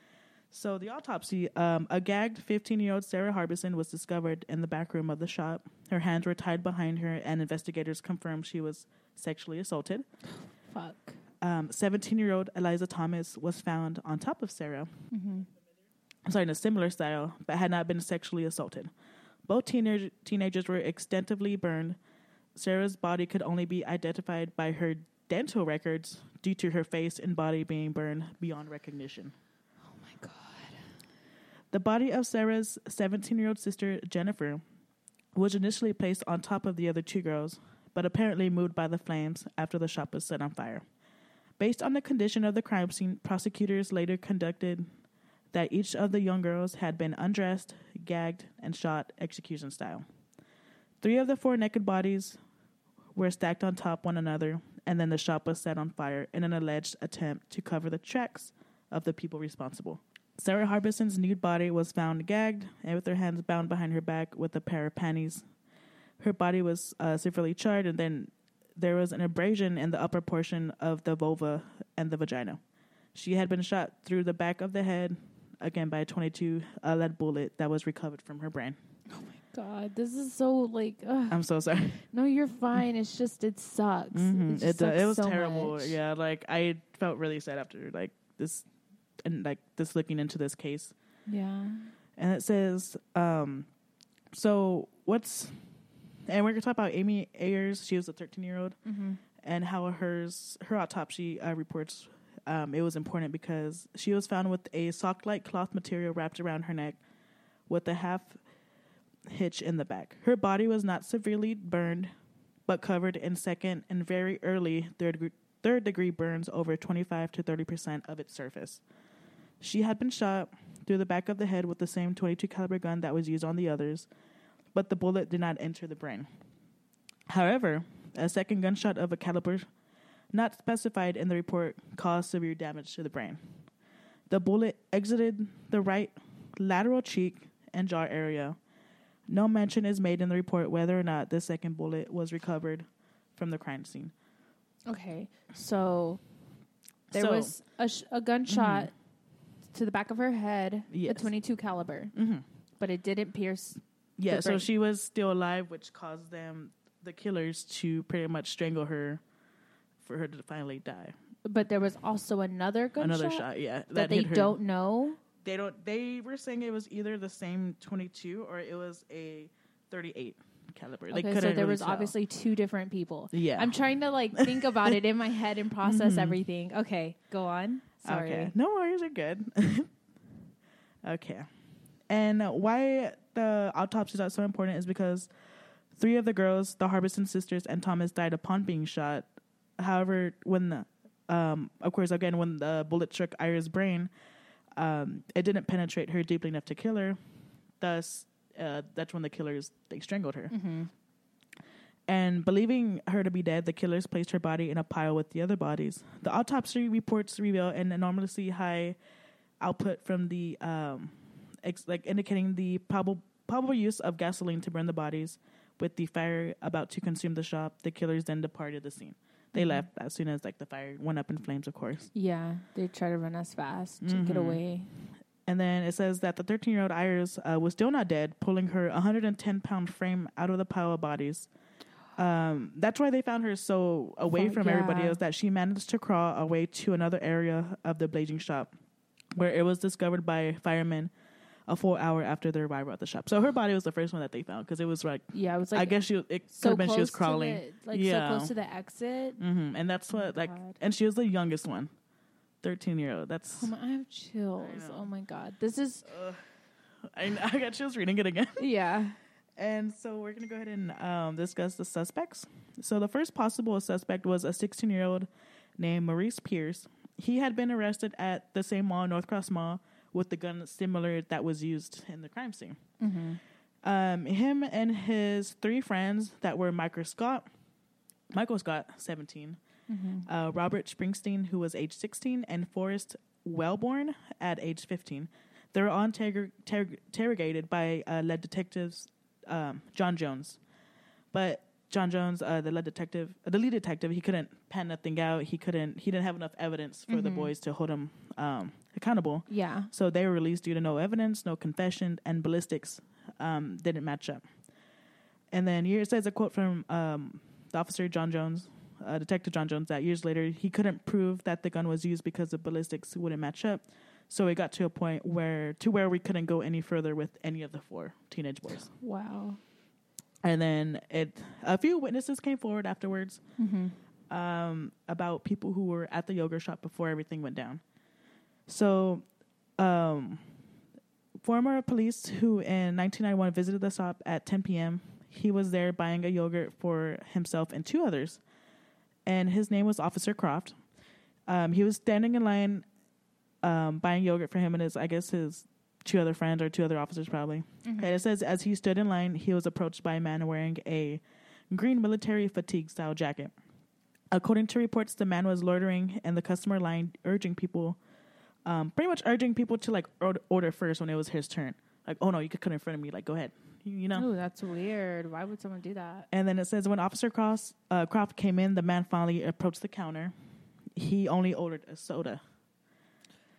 Speaker 2: So the autopsy: um, a gagged 15-year-old Sarah Harbison was discovered in the back room of the shop. Her hands were tied behind her, and investigators confirmed she was sexually assaulted.
Speaker 1: Fuck.
Speaker 2: Um, 17-year-old Eliza Thomas was found on top of Sarah.
Speaker 1: Mm-hmm.
Speaker 2: I'm sorry, in a similar style, but had not been sexually assaulted. Both teenage- teenagers were extensively burned. Sarah's body could only be identified by her dental records due to her face and body being burned beyond recognition.
Speaker 1: Oh my god.
Speaker 2: The body of Sarah's 17 year old sister, Jennifer, was initially placed on top of the other two girls, but apparently moved by the flames after the shop was set on fire. Based on the condition of the crime scene, prosecutors later conducted that each of the young girls had been undressed, gagged, and shot execution style. Three of the four naked bodies were stacked on top one another, and then the shop was set on fire in an alleged attempt to cover the tracks of the people responsible. Sarah Harbison's nude body was found gagged and with her hands bound behind her back with a pair of panties. Her body was uh, severely charred, and then there was an abrasion in the upper portion of the vulva and the vagina. She had been shot through the back of the head, again by a 22 uh, lead bullet that was recovered from her brain.
Speaker 1: God, this is so like. Ugh.
Speaker 2: I'm so sorry.
Speaker 1: No, you're fine. It's just it sucks. It,
Speaker 2: Mhm.
Speaker 1: just
Speaker 2: It, uh,
Speaker 1: sucks
Speaker 2: it was
Speaker 1: Mm-hmm. so
Speaker 2: terrible.
Speaker 1: much.
Speaker 2: Yeah, like I felt really sad after like this, and like this looking into this case.
Speaker 1: Yeah.
Speaker 2: and it says, um, so what's, and we're gonna talk about Amy Ayers. She was a 13 year old, and how hers her autopsy uh, reports. Um, it was important because she was found with a sock like cloth material wrapped around her neck, with a half hitch in the back. Her body was not severely burned, but covered in second and very early third degree, third degree burns over 25 to 30 percent of its surface. She had been shot through the back of the head with the same 22 caliber gun that was used on the others, but the bullet did not enter the brain. However, a second gunshot of a caliber not specified in the report caused severe damage to the brain. The bullet exited the right lateral cheek and jaw area. No mention is made in the report whether or not the second bullet was recovered from the crime scene.
Speaker 1: Okay. So there
Speaker 2: So- Mm-hmm.
Speaker 1: was a, sh- a gunshot to the back of her head, a
Speaker 2: Yes.
Speaker 1: 22 caliber,
Speaker 2: Mm-hmm.
Speaker 1: but it didn't pierce.
Speaker 2: Yeah,
Speaker 1: the
Speaker 2: so
Speaker 1: brain.
Speaker 2: she was still alive, which caused them, the killers, to pretty much strangle her for her to finally die.
Speaker 1: But there was also another gunshot
Speaker 2: Another shot, yeah.
Speaker 1: that,
Speaker 2: hit
Speaker 1: they
Speaker 2: her.
Speaker 1: don't know.
Speaker 2: They don't. They were saying it was either the same twenty-two or it was a thirty-eight caliber. they
Speaker 1: Okay,
Speaker 2: couldn't
Speaker 1: so there
Speaker 2: really
Speaker 1: was
Speaker 2: tell.
Speaker 1: obviously two different people.
Speaker 2: Yeah. Mm-hmm.
Speaker 1: I'm trying to like think about it in my head and process everything. Okay, go on. Sorry.
Speaker 2: Okay. No worries, are good. okay. And why the autopsies are so important is because three of the girls, the Harbison sisters and Thomas, died upon being shot. However, when the, um, of course, again, when the bullet struck Ira's brain, um, it didn't penetrate her deeply enough to kill her. Thus, uh, that's when the killers they strangled her. And believing her to be dead, the killers placed her body in a pile with the other bodies. The autopsy reports reveal an enormously high output from the, um, ex- like indicating the probable probable use of gasoline to burn the bodies. With the fire about to consume the shop, the killers then departed the scene. They left as soon as like the fire went up in flames, of course.
Speaker 1: Yeah, they try to run us fast to
Speaker 2: Mm-hmm.
Speaker 1: get away.
Speaker 2: And then it says that the 13 year old Iris uh, was still not dead, pulling her 110 pound frame out of the pile of bodies. Um, that's why they found her so away
Speaker 1: Fuck,
Speaker 2: from everybody
Speaker 1: yeah.
Speaker 2: else that she managed to crawl away to another area of the blazing shop where it was discovered by firemen a full hour after the arrival at the shop. So her body was the first one that they found because it was like,
Speaker 1: Yeah, it was like
Speaker 2: I guess she, it could
Speaker 1: so
Speaker 2: have
Speaker 1: close
Speaker 2: been she was crawling.
Speaker 1: to the, like
Speaker 2: Yeah.
Speaker 1: so close to the exit.
Speaker 2: hmm And that's what, like,
Speaker 1: God.
Speaker 2: and she was the youngest one, 13 year old. That's,
Speaker 1: Oh my, I have chills.
Speaker 2: I know.
Speaker 1: oh my god, this is
Speaker 2: I, I got chills reading it again.
Speaker 1: yeah.
Speaker 2: And so we're going to go ahead and um, discuss the suspects. So the first possible suspect was a 16 year old named Maurice Pierce. He had been arrested at the same mall, North Cross Mall, with the gun similar that was used in the crime scene. Um, him and his three friends that were Michael Scott, Michael Scott, 17, uh, Robert Springsteen, who was age 16, and Forrest Wellborn at age 15. They were all interrog- ter- interrogated by uh, lead detectives um, John Jones. But John Jones, uh, the lead detective, the lead detective, he couldn't pen nothing out. He couldn't. He didn't have enough evidence for the boys to hold him um, accountable.
Speaker 1: Yeah.
Speaker 2: So they were released due to no evidence, no confession, and ballistics um, didn't match up. And then here it says a quote from um, the officer John Jones, uh, Detective John Jones, that years later he couldn't prove that the gun was used because the ballistics wouldn't match up. So it got to a point where to where we couldn't go any further with any of the four teenage boys.
Speaker 1: Wow.
Speaker 2: And then it a few witnesses came forward afterwards
Speaker 1: Mm-hmm.
Speaker 2: um, about people who were at the yogurt shop before everything went down. So, um, former police who in 1991 visited the shop at 10 p.m. He was there buying a yogurt for himself and two others, and his name was Officer Croft. Um, he was standing in line um, buying yogurt for him and his, I guess, his two other friends or two other officers probably. And it says as he stood in line, he was approached by a man wearing a green military fatigue style jacket. According to reports, the man was loitering and the customer line urging people, um, pretty much urging people to like or- order first when it was his turn. Like, oh no, you could cut in front of me. Like, go ahead. You, you know.
Speaker 1: Oh, that's weird. Why would someone do that?
Speaker 2: And then it says when Officer Cross, uh, Croft came in, the man finally approached the counter. He only ordered a soda.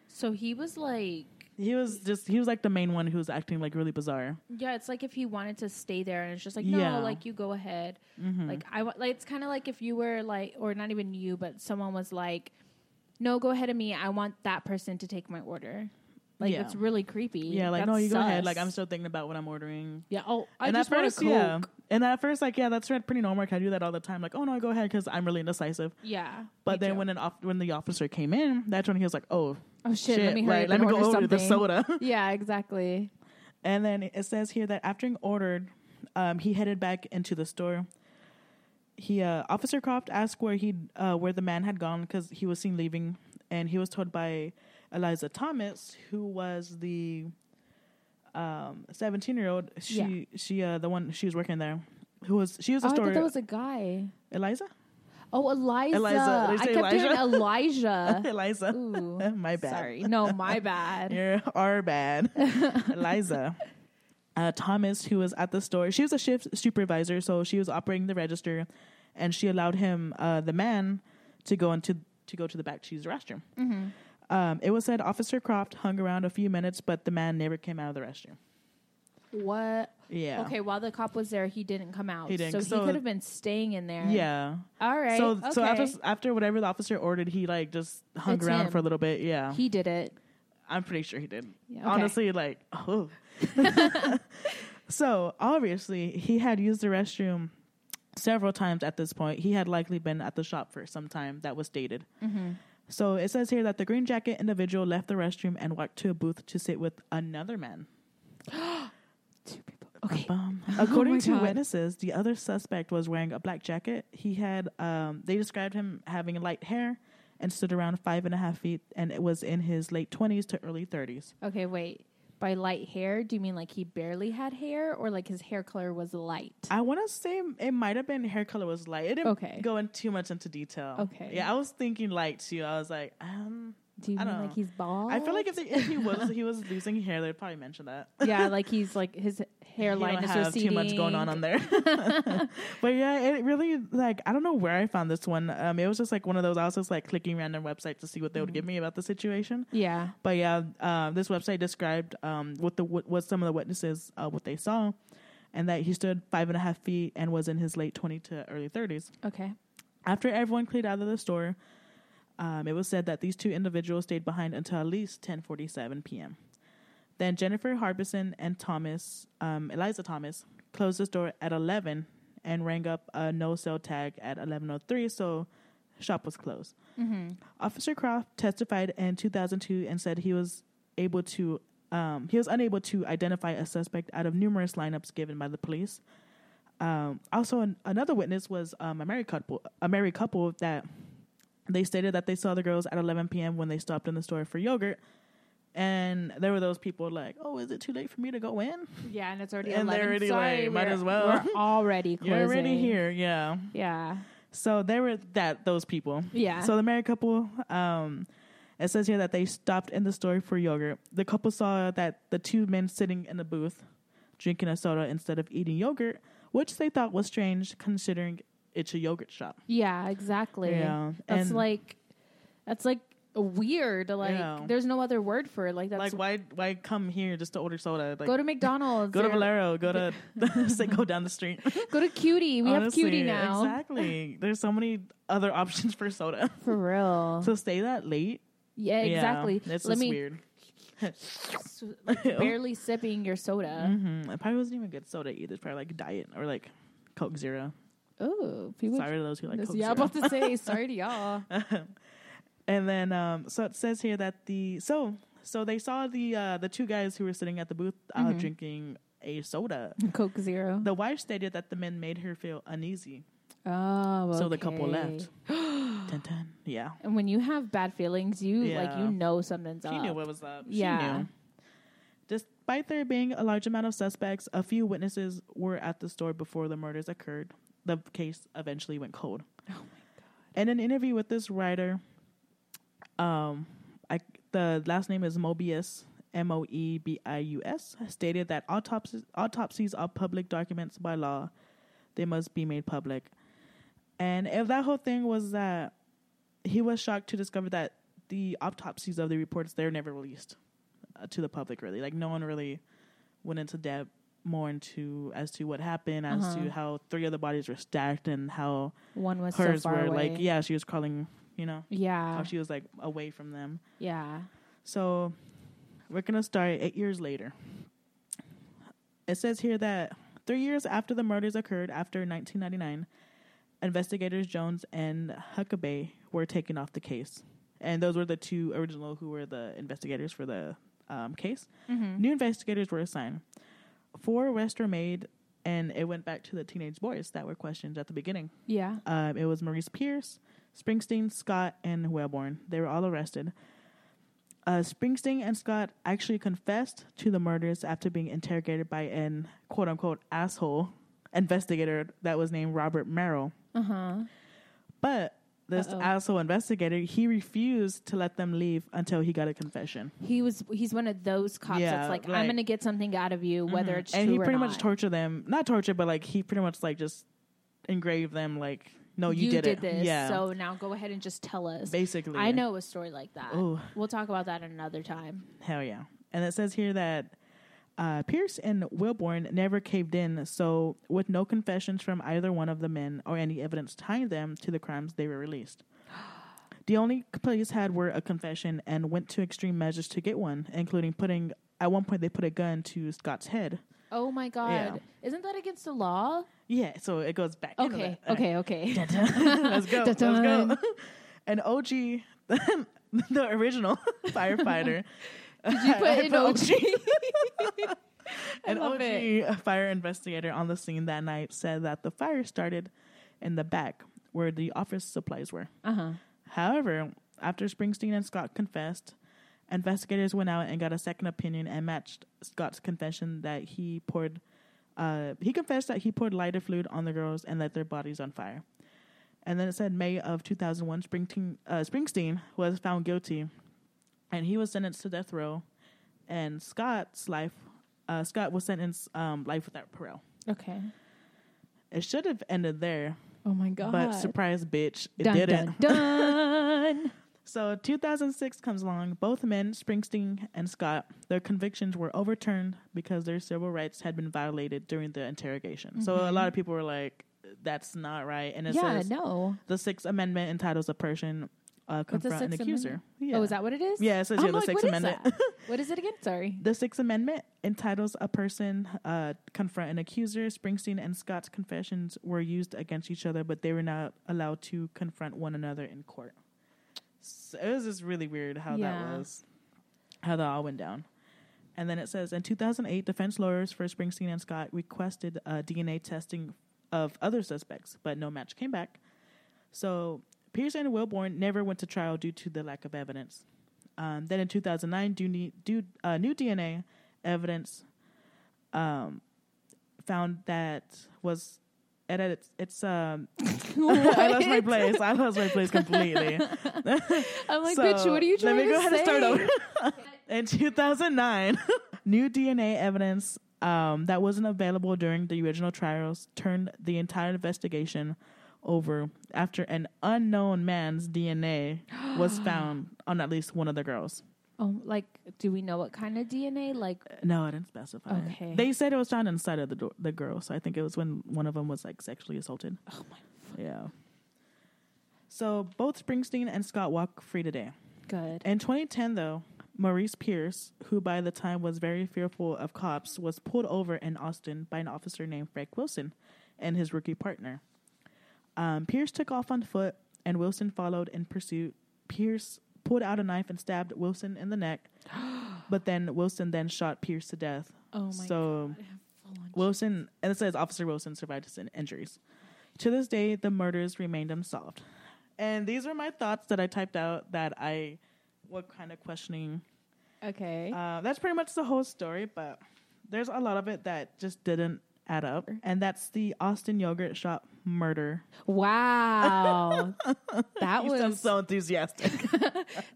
Speaker 5: So he was like,
Speaker 2: He was just he was like the main one who was acting like really bizarre.
Speaker 5: yeah, it's like if he wanted to stay there, and it's just like, no,
Speaker 2: Yeah. Mm-hmm.
Speaker 5: like you go ahead. Like I, wa- like it's kind of like if you were like, or not even you, but someone was like, no, go ahead of me. I want that person to take my order. Like
Speaker 2: Yeah.
Speaker 5: it's really creepy.
Speaker 2: Yeah, like
Speaker 5: That's
Speaker 2: no, you go ahead.
Speaker 5: sus.
Speaker 2: Like I'm still thinking about what I'm ordering.
Speaker 5: Yeah. Oh, I
Speaker 2: and
Speaker 5: just
Speaker 2: at
Speaker 5: want a
Speaker 2: first,
Speaker 5: coke.
Speaker 2: yeah. And at first, like, yeah, that's pretty normal. Like, I do that all the time. Like, oh no, go ahead because I'm really indecisive.
Speaker 5: Yeah.
Speaker 2: But then when an off- when the officer came in, that's when he was like, oh
Speaker 1: Oh shit! let me hurry
Speaker 2: like,
Speaker 1: up
Speaker 2: let
Speaker 1: and
Speaker 2: me go
Speaker 1: order something.
Speaker 2: order the soda.
Speaker 1: Yeah, exactly.
Speaker 2: and then it says here that after he ordered, um, he headed back into the store. He uh, Officer Croft asked where he uh, where the man had gone because he was seen leaving, and he was told by Eliza Thomas, who was the um, seventeen year old. She she uh, the one she was working there. Who was she was a
Speaker 1: Oh, I
Speaker 2: store
Speaker 1: thought that was a guy.
Speaker 2: Eliza?
Speaker 1: Oh, Eliza.
Speaker 2: Eliza. Did I
Speaker 1: I
Speaker 2: say
Speaker 1: kept hearing
Speaker 2: Elijah?
Speaker 1: Elijah.
Speaker 2: Eliza.
Speaker 1: Ooh,
Speaker 2: my bad.
Speaker 1: Sorry. No, my bad.
Speaker 2: You are bad. Eliza. Uh, Thomas, who was at the store, she was a shift supervisor, so she was operating the register, and she allowed him, uh, the man, to go into to go to the back to use the restroom.
Speaker 1: Mm-hmm.
Speaker 2: Um, it was said Officer Croft hung around a few minutes, but the man never came out of the restroom.
Speaker 1: What?
Speaker 2: Yeah.
Speaker 5: Okay, while the cop was there, he didn't come out.
Speaker 2: He didn't,
Speaker 5: So,
Speaker 2: so-
Speaker 5: he could have been staying in there.
Speaker 2: Yeah.
Speaker 1: All right.
Speaker 2: So
Speaker 1: okay.
Speaker 2: so after after whatever the officer ordered, he like just hung
Speaker 1: It's
Speaker 2: around
Speaker 1: him.
Speaker 2: for a little bit. Yeah.
Speaker 1: he did it.
Speaker 2: I'm pretty sure he did.
Speaker 1: Yeah, okay.
Speaker 2: Honestly, like, oh. so obviously, he had used the restroom several times at this point. He had likely been at the shop for some time that was dated.
Speaker 1: Mm-hmm.
Speaker 2: So it says here that the green jacket individual left the restroom and walked to a booth to sit with another man.
Speaker 1: Two people. Okay.
Speaker 2: Um, according
Speaker 1: Oh my
Speaker 2: to
Speaker 1: God.
Speaker 2: witnesses, the other suspect was wearing a black jacket. He had, um, they described him having light hair and stood around five and a half feet, and it was in his late 20s to early 30s.
Speaker 1: Okay. Wait. By light hair, do you mean like he barely had hair, or like his hair color was light?
Speaker 2: I want to say it might have been hair color was light. It didn't
Speaker 1: Okay.
Speaker 2: go in too much into detail.
Speaker 1: Okay.
Speaker 2: Yeah, I was thinking light too. I was like, um,
Speaker 1: Do you
Speaker 2: I
Speaker 1: mean
Speaker 2: don't
Speaker 1: like
Speaker 2: know.
Speaker 1: he's bald?
Speaker 2: I feel like if, they, if he was he was losing hair, they'd probably mention that.
Speaker 1: yeah, like he's like his
Speaker 2: He
Speaker 1: hairline
Speaker 2: don't
Speaker 1: is
Speaker 2: have too
Speaker 1: receding.
Speaker 2: much going on on there. but yeah, it really like I don't know where I found this one. Um, it was just like one of those. I was just like clicking random websites to see what they would
Speaker 1: Mm-hmm.
Speaker 2: give me about the situation.
Speaker 1: Yeah.
Speaker 2: But yeah, uh, this website described um, what the what, what some of the witnesses uh, what they saw, and that he stood five and a half feet and was in his late twenty to early thirties.
Speaker 1: Okay.
Speaker 2: After everyone cleared out of the store, um, it was said that these two individuals stayed behind until at least 10:47 p.m. Then Jennifer Harbison and Thomas, um, Eliza Thomas, closed the store at 11 and rang up a no-sale tag at 11:03, so shop was closed. Officer Croft testified in 2002 and said he was able to um, he was unable to identify a suspect out of numerous lineups given by the police. Um, also, an, another witness was um, a married couple. A married couple that they stated that they saw the girls at 11 p.m. when they stopped in the store for yogurt, and there were those people like, "Oh, is it too late for me to go in?
Speaker 1: Yeah, and it's already
Speaker 2: And they're
Speaker 1: 11.
Speaker 2: already
Speaker 1: Sorry,
Speaker 2: late. Might
Speaker 1: we're-
Speaker 2: as well.
Speaker 1: We're already closing.
Speaker 2: You're already here." Yeah.
Speaker 1: Yeah.
Speaker 2: So there were that those people.
Speaker 1: Yeah.
Speaker 2: So the married couple. Um, it says here that they stopped in the store for yogurt. The couple saw that the two men sitting in the booth, drinking a soda instead of eating yogurt, which they thought was strange considering it's a yogurt shop.
Speaker 1: Yeah, exactly.
Speaker 2: Yeah,
Speaker 1: That's
Speaker 2: and-
Speaker 1: like that's like
Speaker 5: weird. Like,
Speaker 2: Yeah.
Speaker 5: there's no other word for it. Like, that's
Speaker 2: Like why why come here just to order soda? Like
Speaker 5: go to McDonald's.
Speaker 2: go to
Speaker 5: or
Speaker 2: Valero, go to say go down the street.
Speaker 5: Go to Cutie. We have
Speaker 2: Honestly,
Speaker 5: Cutie now.
Speaker 2: Exactly. There's so many other options for soda.
Speaker 1: For real.
Speaker 2: So stay that late.
Speaker 5: Yeah,
Speaker 2: Yeah,
Speaker 5: exactly.
Speaker 2: that's
Speaker 5: Let
Speaker 2: just
Speaker 5: me
Speaker 2: weird. Oh.
Speaker 5: s- like, barely sipping your soda.
Speaker 2: Mm, It probably wasn't even good soda either. It's probably like diet or like Coke Zero.
Speaker 5: Oh, people.
Speaker 2: Sorry to those who like
Speaker 5: This-
Speaker 2: Coke
Speaker 5: yeah, I'm
Speaker 2: Zero.
Speaker 5: about to say sorry to y'all.
Speaker 2: And then um, so it says here that the so so they saw the uh, the two guys who were sitting at the booth uh,
Speaker 5: Mm-hmm.
Speaker 2: drinking a soda.
Speaker 5: Coke Zero.
Speaker 2: The wife stated that the men made her feel uneasy,
Speaker 5: Oh,
Speaker 2: so the couple
Speaker 5: okay.
Speaker 2: left. ten ten, yeah.
Speaker 5: And when you have bad feelings, you like
Speaker 2: Yeah.
Speaker 5: you know something's
Speaker 2: She
Speaker 5: up.
Speaker 2: knew what was up. She
Speaker 5: Yeah.
Speaker 2: knew. Despite there being a large amount of suspects, a few witnesses were at the store before the murders occurred. The case eventually went cold. Oh my god! In an interview with this writer, um, I, the last name is Mobius. M O E B I U S stated that autopsies, autopsies are public documents by law. They must be made public. And if that whole thing was that he was shocked to discover that the autopsies of the reports they're never released uh, to the public really like no one really went into depth more into as to what happened as to how three other bodies were stacked and how
Speaker 5: One was
Speaker 2: hers
Speaker 5: Uh-huh. so far
Speaker 2: were
Speaker 5: away.
Speaker 2: like yeah she was crawling you know how
Speaker 5: yeah,
Speaker 2: she was like away from them
Speaker 5: yeah.
Speaker 2: so we're going to start eight years later. It says here that three years after the murders occurred, after 1999, investigators Jones and Huckabee were taken off the case. And those were the two original who were the investigators for the um, case. New investigators were assigned. Four arrests were made, and it went back to the teenage boys that were questioned at the beginning.
Speaker 5: Yeah.
Speaker 2: Um, it was Maurice Pierce, Springsteen, Scott, and Wellborn. They were all arrested. Uh, Springsteen and Scott actually confessed to the murders after being interrogated by an quote unquote asshole investigator that was named Robert Merrill. Uh huh.
Speaker 5: Uh-huh.
Speaker 2: But this asshole investigator, he refused to let them leave until he got a confession.
Speaker 5: He was. He's one of those cops
Speaker 2: Yeah,
Speaker 5: that's like,
Speaker 2: right. Mm-hmm.
Speaker 5: I'm gonna get something out of you, whether it's
Speaker 2: and
Speaker 5: true
Speaker 2: he
Speaker 5: or
Speaker 2: pretty
Speaker 5: not.
Speaker 2: much tortured them. Not tortured, but like he pretty much like just engraved them like, no, you,
Speaker 5: you
Speaker 2: did, it.
Speaker 5: this,
Speaker 2: yeah.
Speaker 5: so now go ahead and just tell us.
Speaker 2: basically.
Speaker 5: I know a story like that.
Speaker 2: Ooh.
Speaker 5: We'll talk about that another time.
Speaker 2: Hell yeah. And it says here that uh, Pierce and Wilborn never caved in, so with no confessions from either one of the men or any evidence tying them to the crimes, they were released. The only police had were a confession and went to extreme measures to get one, including putting, at one point, they put a gun to Scott's head.
Speaker 5: Oh my god,
Speaker 2: Yeah.
Speaker 5: isn't that against the law?
Speaker 2: Yeah, so it goes back. into
Speaker 5: Okay,
Speaker 2: that.
Speaker 5: okay, okay.
Speaker 2: let's go. Let's go. An OG, the original firefighter. Did you
Speaker 5: put in
Speaker 2: An
Speaker 5: love
Speaker 2: OG fire investigator on the scene that night said that the fire started in the back where the office supplies were.
Speaker 5: Uh-huh.
Speaker 2: However, after Springsteen and Scott confessed, investigators went out and got a second opinion and matched Scott's confession that he poured. Uh, he confessed that he poured lighter fluid on the girls and lit their bodies on fire. And then it said May of 2001, Springsteen, uh, Springsteen was found guilty, and he was sentenced to death row. And Scott's life, uh, Scott was sentenced um, life without parole.
Speaker 5: Okay.
Speaker 2: It should have ended there,
Speaker 5: Oh my god.
Speaker 2: but surprise, bitch, it
Speaker 5: dun,
Speaker 2: didn't.
Speaker 5: dun, dun.
Speaker 2: So 2006 comes along. Both men, Springsteen and Scott, their convictions were overturned because their civil rights had been violated during the interrogation. So a lot of people were like, "That's not right." And it
Speaker 5: Mm-hmm. yeah,
Speaker 2: says
Speaker 5: no.
Speaker 2: the Sixth Amendment entitles a person uh, confront an
Speaker 5: Sixth
Speaker 2: accuser. Yeah.
Speaker 5: Oh, is that what it is?
Speaker 2: Yeah, it says
Speaker 5: I'm
Speaker 2: here the
Speaker 5: like,
Speaker 2: Sixth
Speaker 5: what is
Speaker 2: Amendment.
Speaker 5: that? what is it again? Sorry.
Speaker 2: The Sixth Amendment entitles a person uh, confront an accuser. Springsteen and Scott's confessions were used against each other, but they were not allowed to confront one another in court. So it was just really weird how
Speaker 5: Yeah.
Speaker 2: that was, how that all went down. And then it says in 2008, defense lawyers for Springsteen and Scott requested uh, DNA testing of other suspects, but no match came back. So Pierce and Wilborn never went to trial due to the lack of evidence. Um, then in 2009, due, ne- due, uh, new DNA evidence um, found that was it had its, its um, I lost my place. I lost my place completely.
Speaker 5: I'm like,
Speaker 2: So,
Speaker 5: bitch, what are you trying
Speaker 2: Let me
Speaker 5: to
Speaker 2: go ahead
Speaker 5: say?
Speaker 2: and start over. in 2009, new DNA evidence um, that wasn't available during the original trials turned the entire investigation over after an unknown man's DNA was found on at least one of the girls.
Speaker 1: Oh, like, do we know what kind of DNA? Like,
Speaker 2: No, I didn't specify.
Speaker 1: Okay.
Speaker 2: They said it was found inside of the do- the girl, so I think it was when one of them was like sexually assaulted. Oh my. Yeah. So both Springsteen and Scott walk free today.
Speaker 1: good.
Speaker 2: In 2010, though, Maurice Pierce, who by the time was very fearful of cops, was pulled over in Austin by an officer named Frank Wilson and his rookie partner. Um, Pierce took off on foot, and Wilson followed in pursuit. Pierce pulled out a knife and stabbed Wilson in the neck, but then Wilson then shot Pierce to death.
Speaker 1: Oh my
Speaker 2: so,
Speaker 1: God. I have full on-
Speaker 2: Wilson, and it says Officer Wilson survived his in- injuries. To this day, the murders remained unsolved. And these were my thoughts that I typed out that I, what kind of questioning.
Speaker 1: Okay.
Speaker 2: Uh, that's pretty much the whole story, but there's a lot of it that just didn't add up. And that's the Austin Yogurt Shop murder.
Speaker 1: Wow. that
Speaker 2: You sound
Speaker 1: was
Speaker 2: so enthusiastic.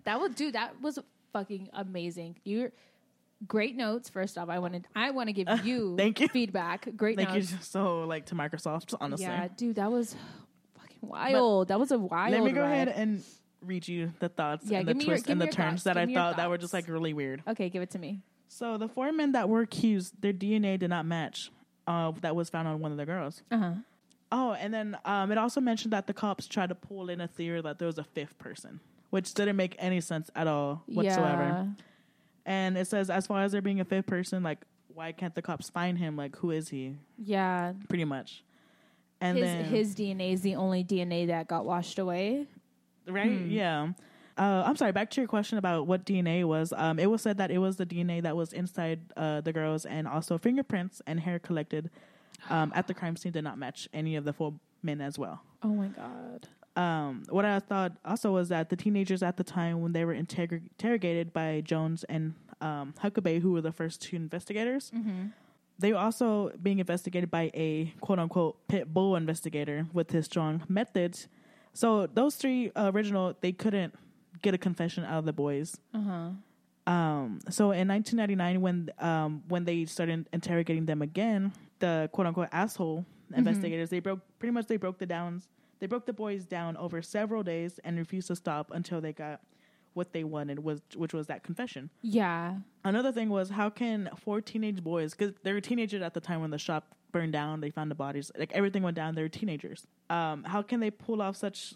Speaker 1: that was dude, that was fucking amazing. You're great notes, first off. I wanted I want to give you
Speaker 2: Thank you.
Speaker 1: feedback. Great
Speaker 2: like, you're
Speaker 1: notes.
Speaker 2: just so, like, to Microsoft, honestly.
Speaker 1: yeah, dude, that was fucking wild. that was a wild
Speaker 2: Let me go
Speaker 1: ride.
Speaker 2: ahead and read you the thoughts
Speaker 1: Yeah,
Speaker 2: and the
Speaker 1: give me your-
Speaker 2: twists
Speaker 1: give
Speaker 2: and
Speaker 1: me
Speaker 2: the
Speaker 1: your thoughts.
Speaker 2: turns that
Speaker 1: Give
Speaker 2: I
Speaker 1: me your
Speaker 2: thought that were
Speaker 1: thoughts.
Speaker 2: just, like, really weird.
Speaker 1: Okay, give it to me.
Speaker 2: So the four men that were accused, their DNA did not match. Uh, that was found on one of the girls.
Speaker 1: Uh-huh.
Speaker 2: Oh, and then um, it also mentioned that the cops tried to pull in a theory that there was a fifth person, which didn't make any sense at all whatsoever. And it says, as far as there being a fifth person, like why can't the cops find him? Like who is he?
Speaker 1: Yeah.
Speaker 2: Pretty much. And
Speaker 1: his
Speaker 2: then
Speaker 1: his DNA is the only DNA that got washed away.
Speaker 2: right, yeah. Uh, I'm sorry. Back to your question about what DNA was. Um, it was said that it was the DNA that was inside uh, the girls, and also fingerprints and hair collected um, at the crime scene did not match any of the four men as well.
Speaker 1: Oh my god.
Speaker 2: um, what I thought also was that the teenagers at the time, when they were interrog- interrogated by Jones and um, Huckabee, who were the first two investigators, they were also being investigated by a quote unquote pit bull investigator with his strong methods. So those three uh, original, they couldn't get a confession out of the boys. Um, so in 1999, when um, when they started interrogating them again, the quote unquote asshole investigators they broke pretty much they broke the downs they broke the boys down over several days and refused to stop until they got what they wanted was which was that confession.
Speaker 1: Yeah.
Speaker 2: Another thing was how can four teenage boys because they were teenagers at the time when the shop burned down they found the bodies like everything went down they were teenagers. Um, how can they pull off such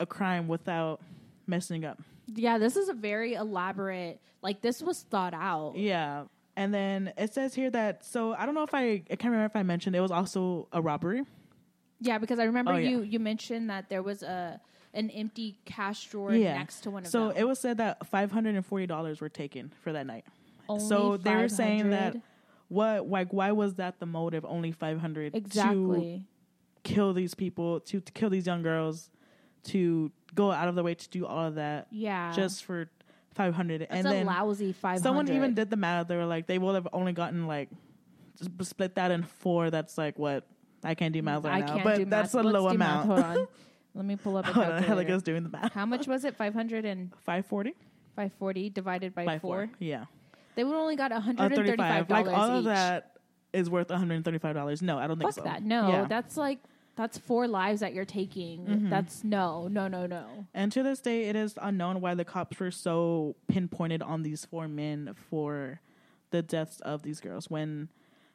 Speaker 2: a crime without messing up?
Speaker 1: Yeah, this is a very elaborate like this was thought out.
Speaker 2: Yeah. And then it says here that so I don't know if I I can't remember if I mentioned it was also a robbery.
Speaker 1: Yeah, because I remember
Speaker 2: Oh, yeah.
Speaker 1: you you mentioned that there was a an empty cash drawer next to one of
Speaker 2: so
Speaker 1: them.
Speaker 2: it was said that five hundred and forty dollars were taken for that night.
Speaker 1: Only
Speaker 2: so they were saying that
Speaker 1: 500?
Speaker 2: what like why was that the motive only five hundred
Speaker 1: exactly.
Speaker 2: to kill these people to, to kill these young girls to go out of the way to do all of that
Speaker 1: Yeah.
Speaker 2: just for five hundred
Speaker 1: That's
Speaker 2: and
Speaker 1: a
Speaker 2: then
Speaker 1: lousy five.
Speaker 2: someone even did the math they were like they will have only gotten like just split that in four that's like what I can't do math right
Speaker 1: I
Speaker 2: now
Speaker 1: can't
Speaker 2: but
Speaker 1: do
Speaker 2: that's
Speaker 1: math.
Speaker 2: a
Speaker 1: Let's
Speaker 2: low
Speaker 1: do math.
Speaker 2: amount
Speaker 1: Hold on. Let me pull up a
Speaker 2: Hold on,
Speaker 1: calculator.
Speaker 2: Helica's doing the math
Speaker 1: How much was it? Five hundred and
Speaker 2: 540
Speaker 1: five forty divided by,
Speaker 2: by
Speaker 1: four.
Speaker 2: four yeah
Speaker 1: They would only got
Speaker 2: Uh,
Speaker 1: hundred and thirty-five
Speaker 2: 35 like
Speaker 1: dollars
Speaker 2: all
Speaker 1: each.
Speaker 2: of that is worth $135 no I don't think
Speaker 1: Fuck
Speaker 2: so
Speaker 1: that. No,
Speaker 2: Yeah. Mm-hmm.
Speaker 1: that's like that's four lives that you're taking. That's no, no, no, no.
Speaker 2: and to this day it is unknown why the cops were so pinpointed on these four men for the deaths of these girls when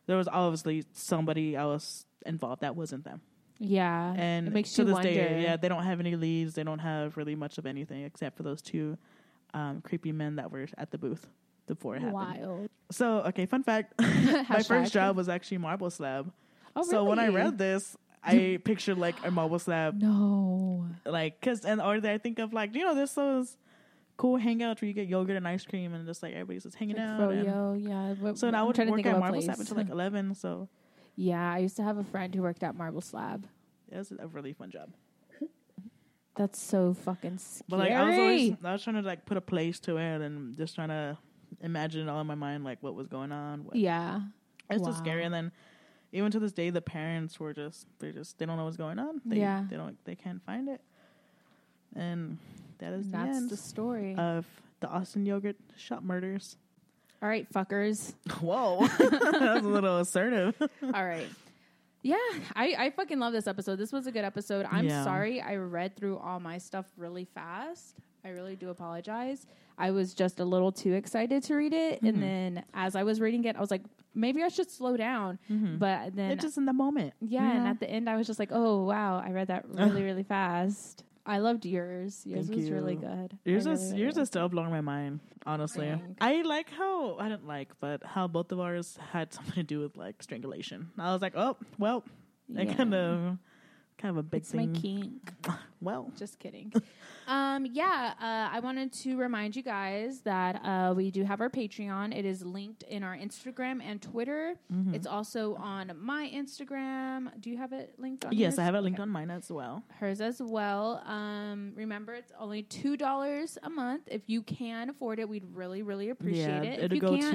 Speaker 2: there was obviously somebody else involved that wasn't them
Speaker 1: Yeah,
Speaker 2: and
Speaker 1: it makes
Speaker 2: to
Speaker 1: you
Speaker 2: this
Speaker 1: wonder.
Speaker 2: day, yeah, they don't have any leads. They don't have really much of anything except for those two um, creepy men that were at the booth before it happened.
Speaker 1: wild.
Speaker 2: So, okay, fun fact: my
Speaker 1: Hashtag.
Speaker 2: first job was actually marble slab.
Speaker 1: Oh,
Speaker 2: So when I
Speaker 1: really?
Speaker 2: read this, I pictured like a marble slab,
Speaker 1: No.
Speaker 2: like because and or I think of like you know there's those cool hangouts where you get yogurt and ice cream and just like everybody's just hanging out. and-
Speaker 1: Froyo, yeah. What-
Speaker 2: so and I
Speaker 1: I'm
Speaker 2: would
Speaker 1: trying to
Speaker 2: work
Speaker 1: think
Speaker 2: at
Speaker 1: of a
Speaker 2: marble slab
Speaker 1: place.
Speaker 2: until like eleven. So
Speaker 1: Yeah, I used to have a friend who worked at Marble Slab.
Speaker 2: it was a really fun job.
Speaker 1: That's so fucking scary.
Speaker 2: But like I was always I was trying to like put a place to it and just trying to imagine it all in my mind like what was going on. What,
Speaker 1: yeah.
Speaker 2: It's
Speaker 1: Wow.
Speaker 2: just scary. And then even to this day the parents were just they're just they don't know what's going on. They
Speaker 1: Yeah.
Speaker 2: they don't they can't find it. And that is
Speaker 1: That's the
Speaker 2: the end
Speaker 1: story.
Speaker 2: of the Austin yogurt shop murders.
Speaker 1: All right, fuckers.
Speaker 2: Whoa. that was a little assertive.
Speaker 1: All right. Yeah, I, I fucking love this episode. This was a good episode. I'm
Speaker 2: Yeah.
Speaker 1: sorry I read through all my stuff really fast. I really do apologize. I was just a little too excited to read it.
Speaker 2: Mm-hmm.
Speaker 1: And then as I was reading it, I was like, maybe I should slow down. But then,
Speaker 2: It's Mm-hmm. just in the moment.
Speaker 1: yeah,
Speaker 2: you
Speaker 1: and
Speaker 2: know?
Speaker 1: at the end, I was just like, oh, wow, I read that really, really fast. I loved yours. Yours
Speaker 2: Thank
Speaker 1: was really
Speaker 2: you.
Speaker 1: good.
Speaker 2: Yours
Speaker 1: I
Speaker 2: is
Speaker 1: really, really
Speaker 2: yours
Speaker 1: liked
Speaker 2: is still blowing my mind, honestly.
Speaker 1: Thanks.
Speaker 2: I like how I didn't like, but how both of ours had something to do with like strangulation. I was like, oh well,
Speaker 1: it.
Speaker 2: that
Speaker 1: Yeah.
Speaker 2: kind of kind of a big
Speaker 1: It's my
Speaker 2: thing.
Speaker 1: kink.
Speaker 2: Well,
Speaker 1: Just kidding. um, yeah, uh, I wanted to remind you guys that uh, we do have our Patreon. It is linked in our Instagram and Twitter.
Speaker 2: Mm-hmm.
Speaker 1: It's also on my Instagram. Do you have it linked on?
Speaker 2: yes,
Speaker 1: yours?
Speaker 2: I have it linked
Speaker 1: Okay.
Speaker 2: on mine as well.
Speaker 1: hers as well. Um, remember, it's only two dollars a month. If you can afford it, we'd really, really appreciate
Speaker 2: yeah,
Speaker 1: it. If
Speaker 2: it'll
Speaker 1: you
Speaker 2: go
Speaker 1: can't-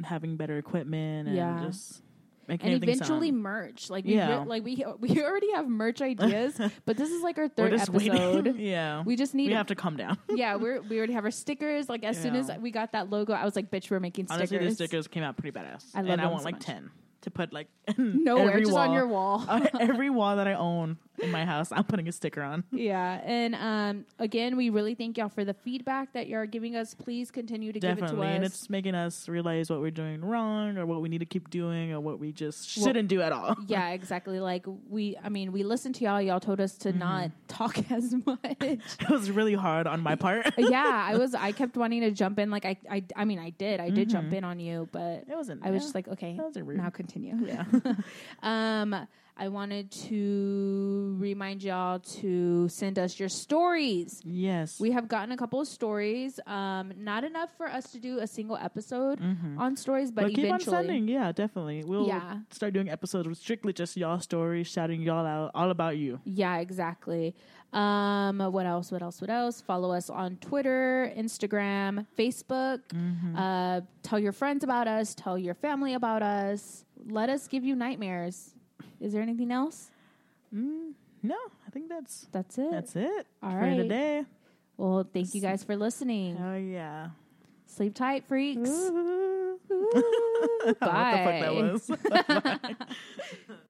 Speaker 2: to having better equipment and
Speaker 1: Yeah.
Speaker 2: just making
Speaker 1: and
Speaker 2: everything
Speaker 1: eventually
Speaker 2: sound.
Speaker 1: merch. Like we,
Speaker 2: Yeah.
Speaker 1: re- like we, we already have merch ideas, but this is like our
Speaker 2: We're
Speaker 1: third
Speaker 2: just waiting.
Speaker 1: episode.
Speaker 2: yeah,
Speaker 1: We just need
Speaker 2: we
Speaker 1: a
Speaker 2: have to calm down.
Speaker 1: yeah, we're, we already have our stickers. Like as soon as
Speaker 2: Yeah.
Speaker 1: we got that logo, I was like, "Bitch, we're making stickers."
Speaker 2: Honestly, the stickers came out pretty badass.
Speaker 1: I love
Speaker 2: and I
Speaker 1: them
Speaker 2: want
Speaker 1: so
Speaker 2: like
Speaker 1: much.
Speaker 2: ten to put like in
Speaker 1: nowhere,
Speaker 2: every
Speaker 1: just
Speaker 2: wall.
Speaker 1: on your wall.
Speaker 2: on every wall that I own in my house, I'm putting a sticker on.
Speaker 1: yeah, and um, again, we really thank y'all for the feedback that y'all are giving us. Please continue to give
Speaker 2: Definitely.
Speaker 1: it to
Speaker 2: And
Speaker 1: us.
Speaker 2: it's making us realize what we're doing wrong or what we need to keep doing or what we just shouldn't do at all.
Speaker 1: yeah, exactly. Like we, I mean, we listened to y'all. Y'all told us to
Speaker 2: Mm-hmm.
Speaker 1: not talk as much.
Speaker 2: it was really hard on my part. it
Speaker 1: yeah, I was. I kept wanting to jump in. Like I, I, I mean, I did. I did
Speaker 2: Mm-hmm.
Speaker 1: jump in on you, but
Speaker 2: wasn't.
Speaker 1: I was
Speaker 2: yeah.
Speaker 1: just like, okay,
Speaker 2: That wasn't rude.
Speaker 1: now continue.
Speaker 2: yeah.
Speaker 1: Um, I wanted to remind y'all to send us your stories.
Speaker 2: yes.
Speaker 1: We have gotten a couple of stories. Um, not enough for us to do a single episode on stories, but
Speaker 2: Mm-hmm. but keep on
Speaker 1: eventually,
Speaker 2: sending. Yeah, definitely. We'll
Speaker 1: Yeah.
Speaker 2: start doing episodes with strictly just y'all stories, shouting y'all out, all about you.
Speaker 1: yeah, exactly. Um, what else? What else? What else? Follow us on Twitter, Instagram, Facebook.
Speaker 2: Mm-hmm.
Speaker 1: Uh, tell your friends about us. Tell your family about us. Let us give you nightmares. Is there anything else?
Speaker 2: No, I think that's
Speaker 1: That's it.
Speaker 2: that's it
Speaker 1: All
Speaker 2: for
Speaker 1: right.
Speaker 2: today.
Speaker 1: Well, thank you guys for listening.
Speaker 2: Oh yeah.
Speaker 1: Sleep tight, freaks.
Speaker 2: Ooh.
Speaker 1: Bye.
Speaker 2: I don't know what the fuck that was.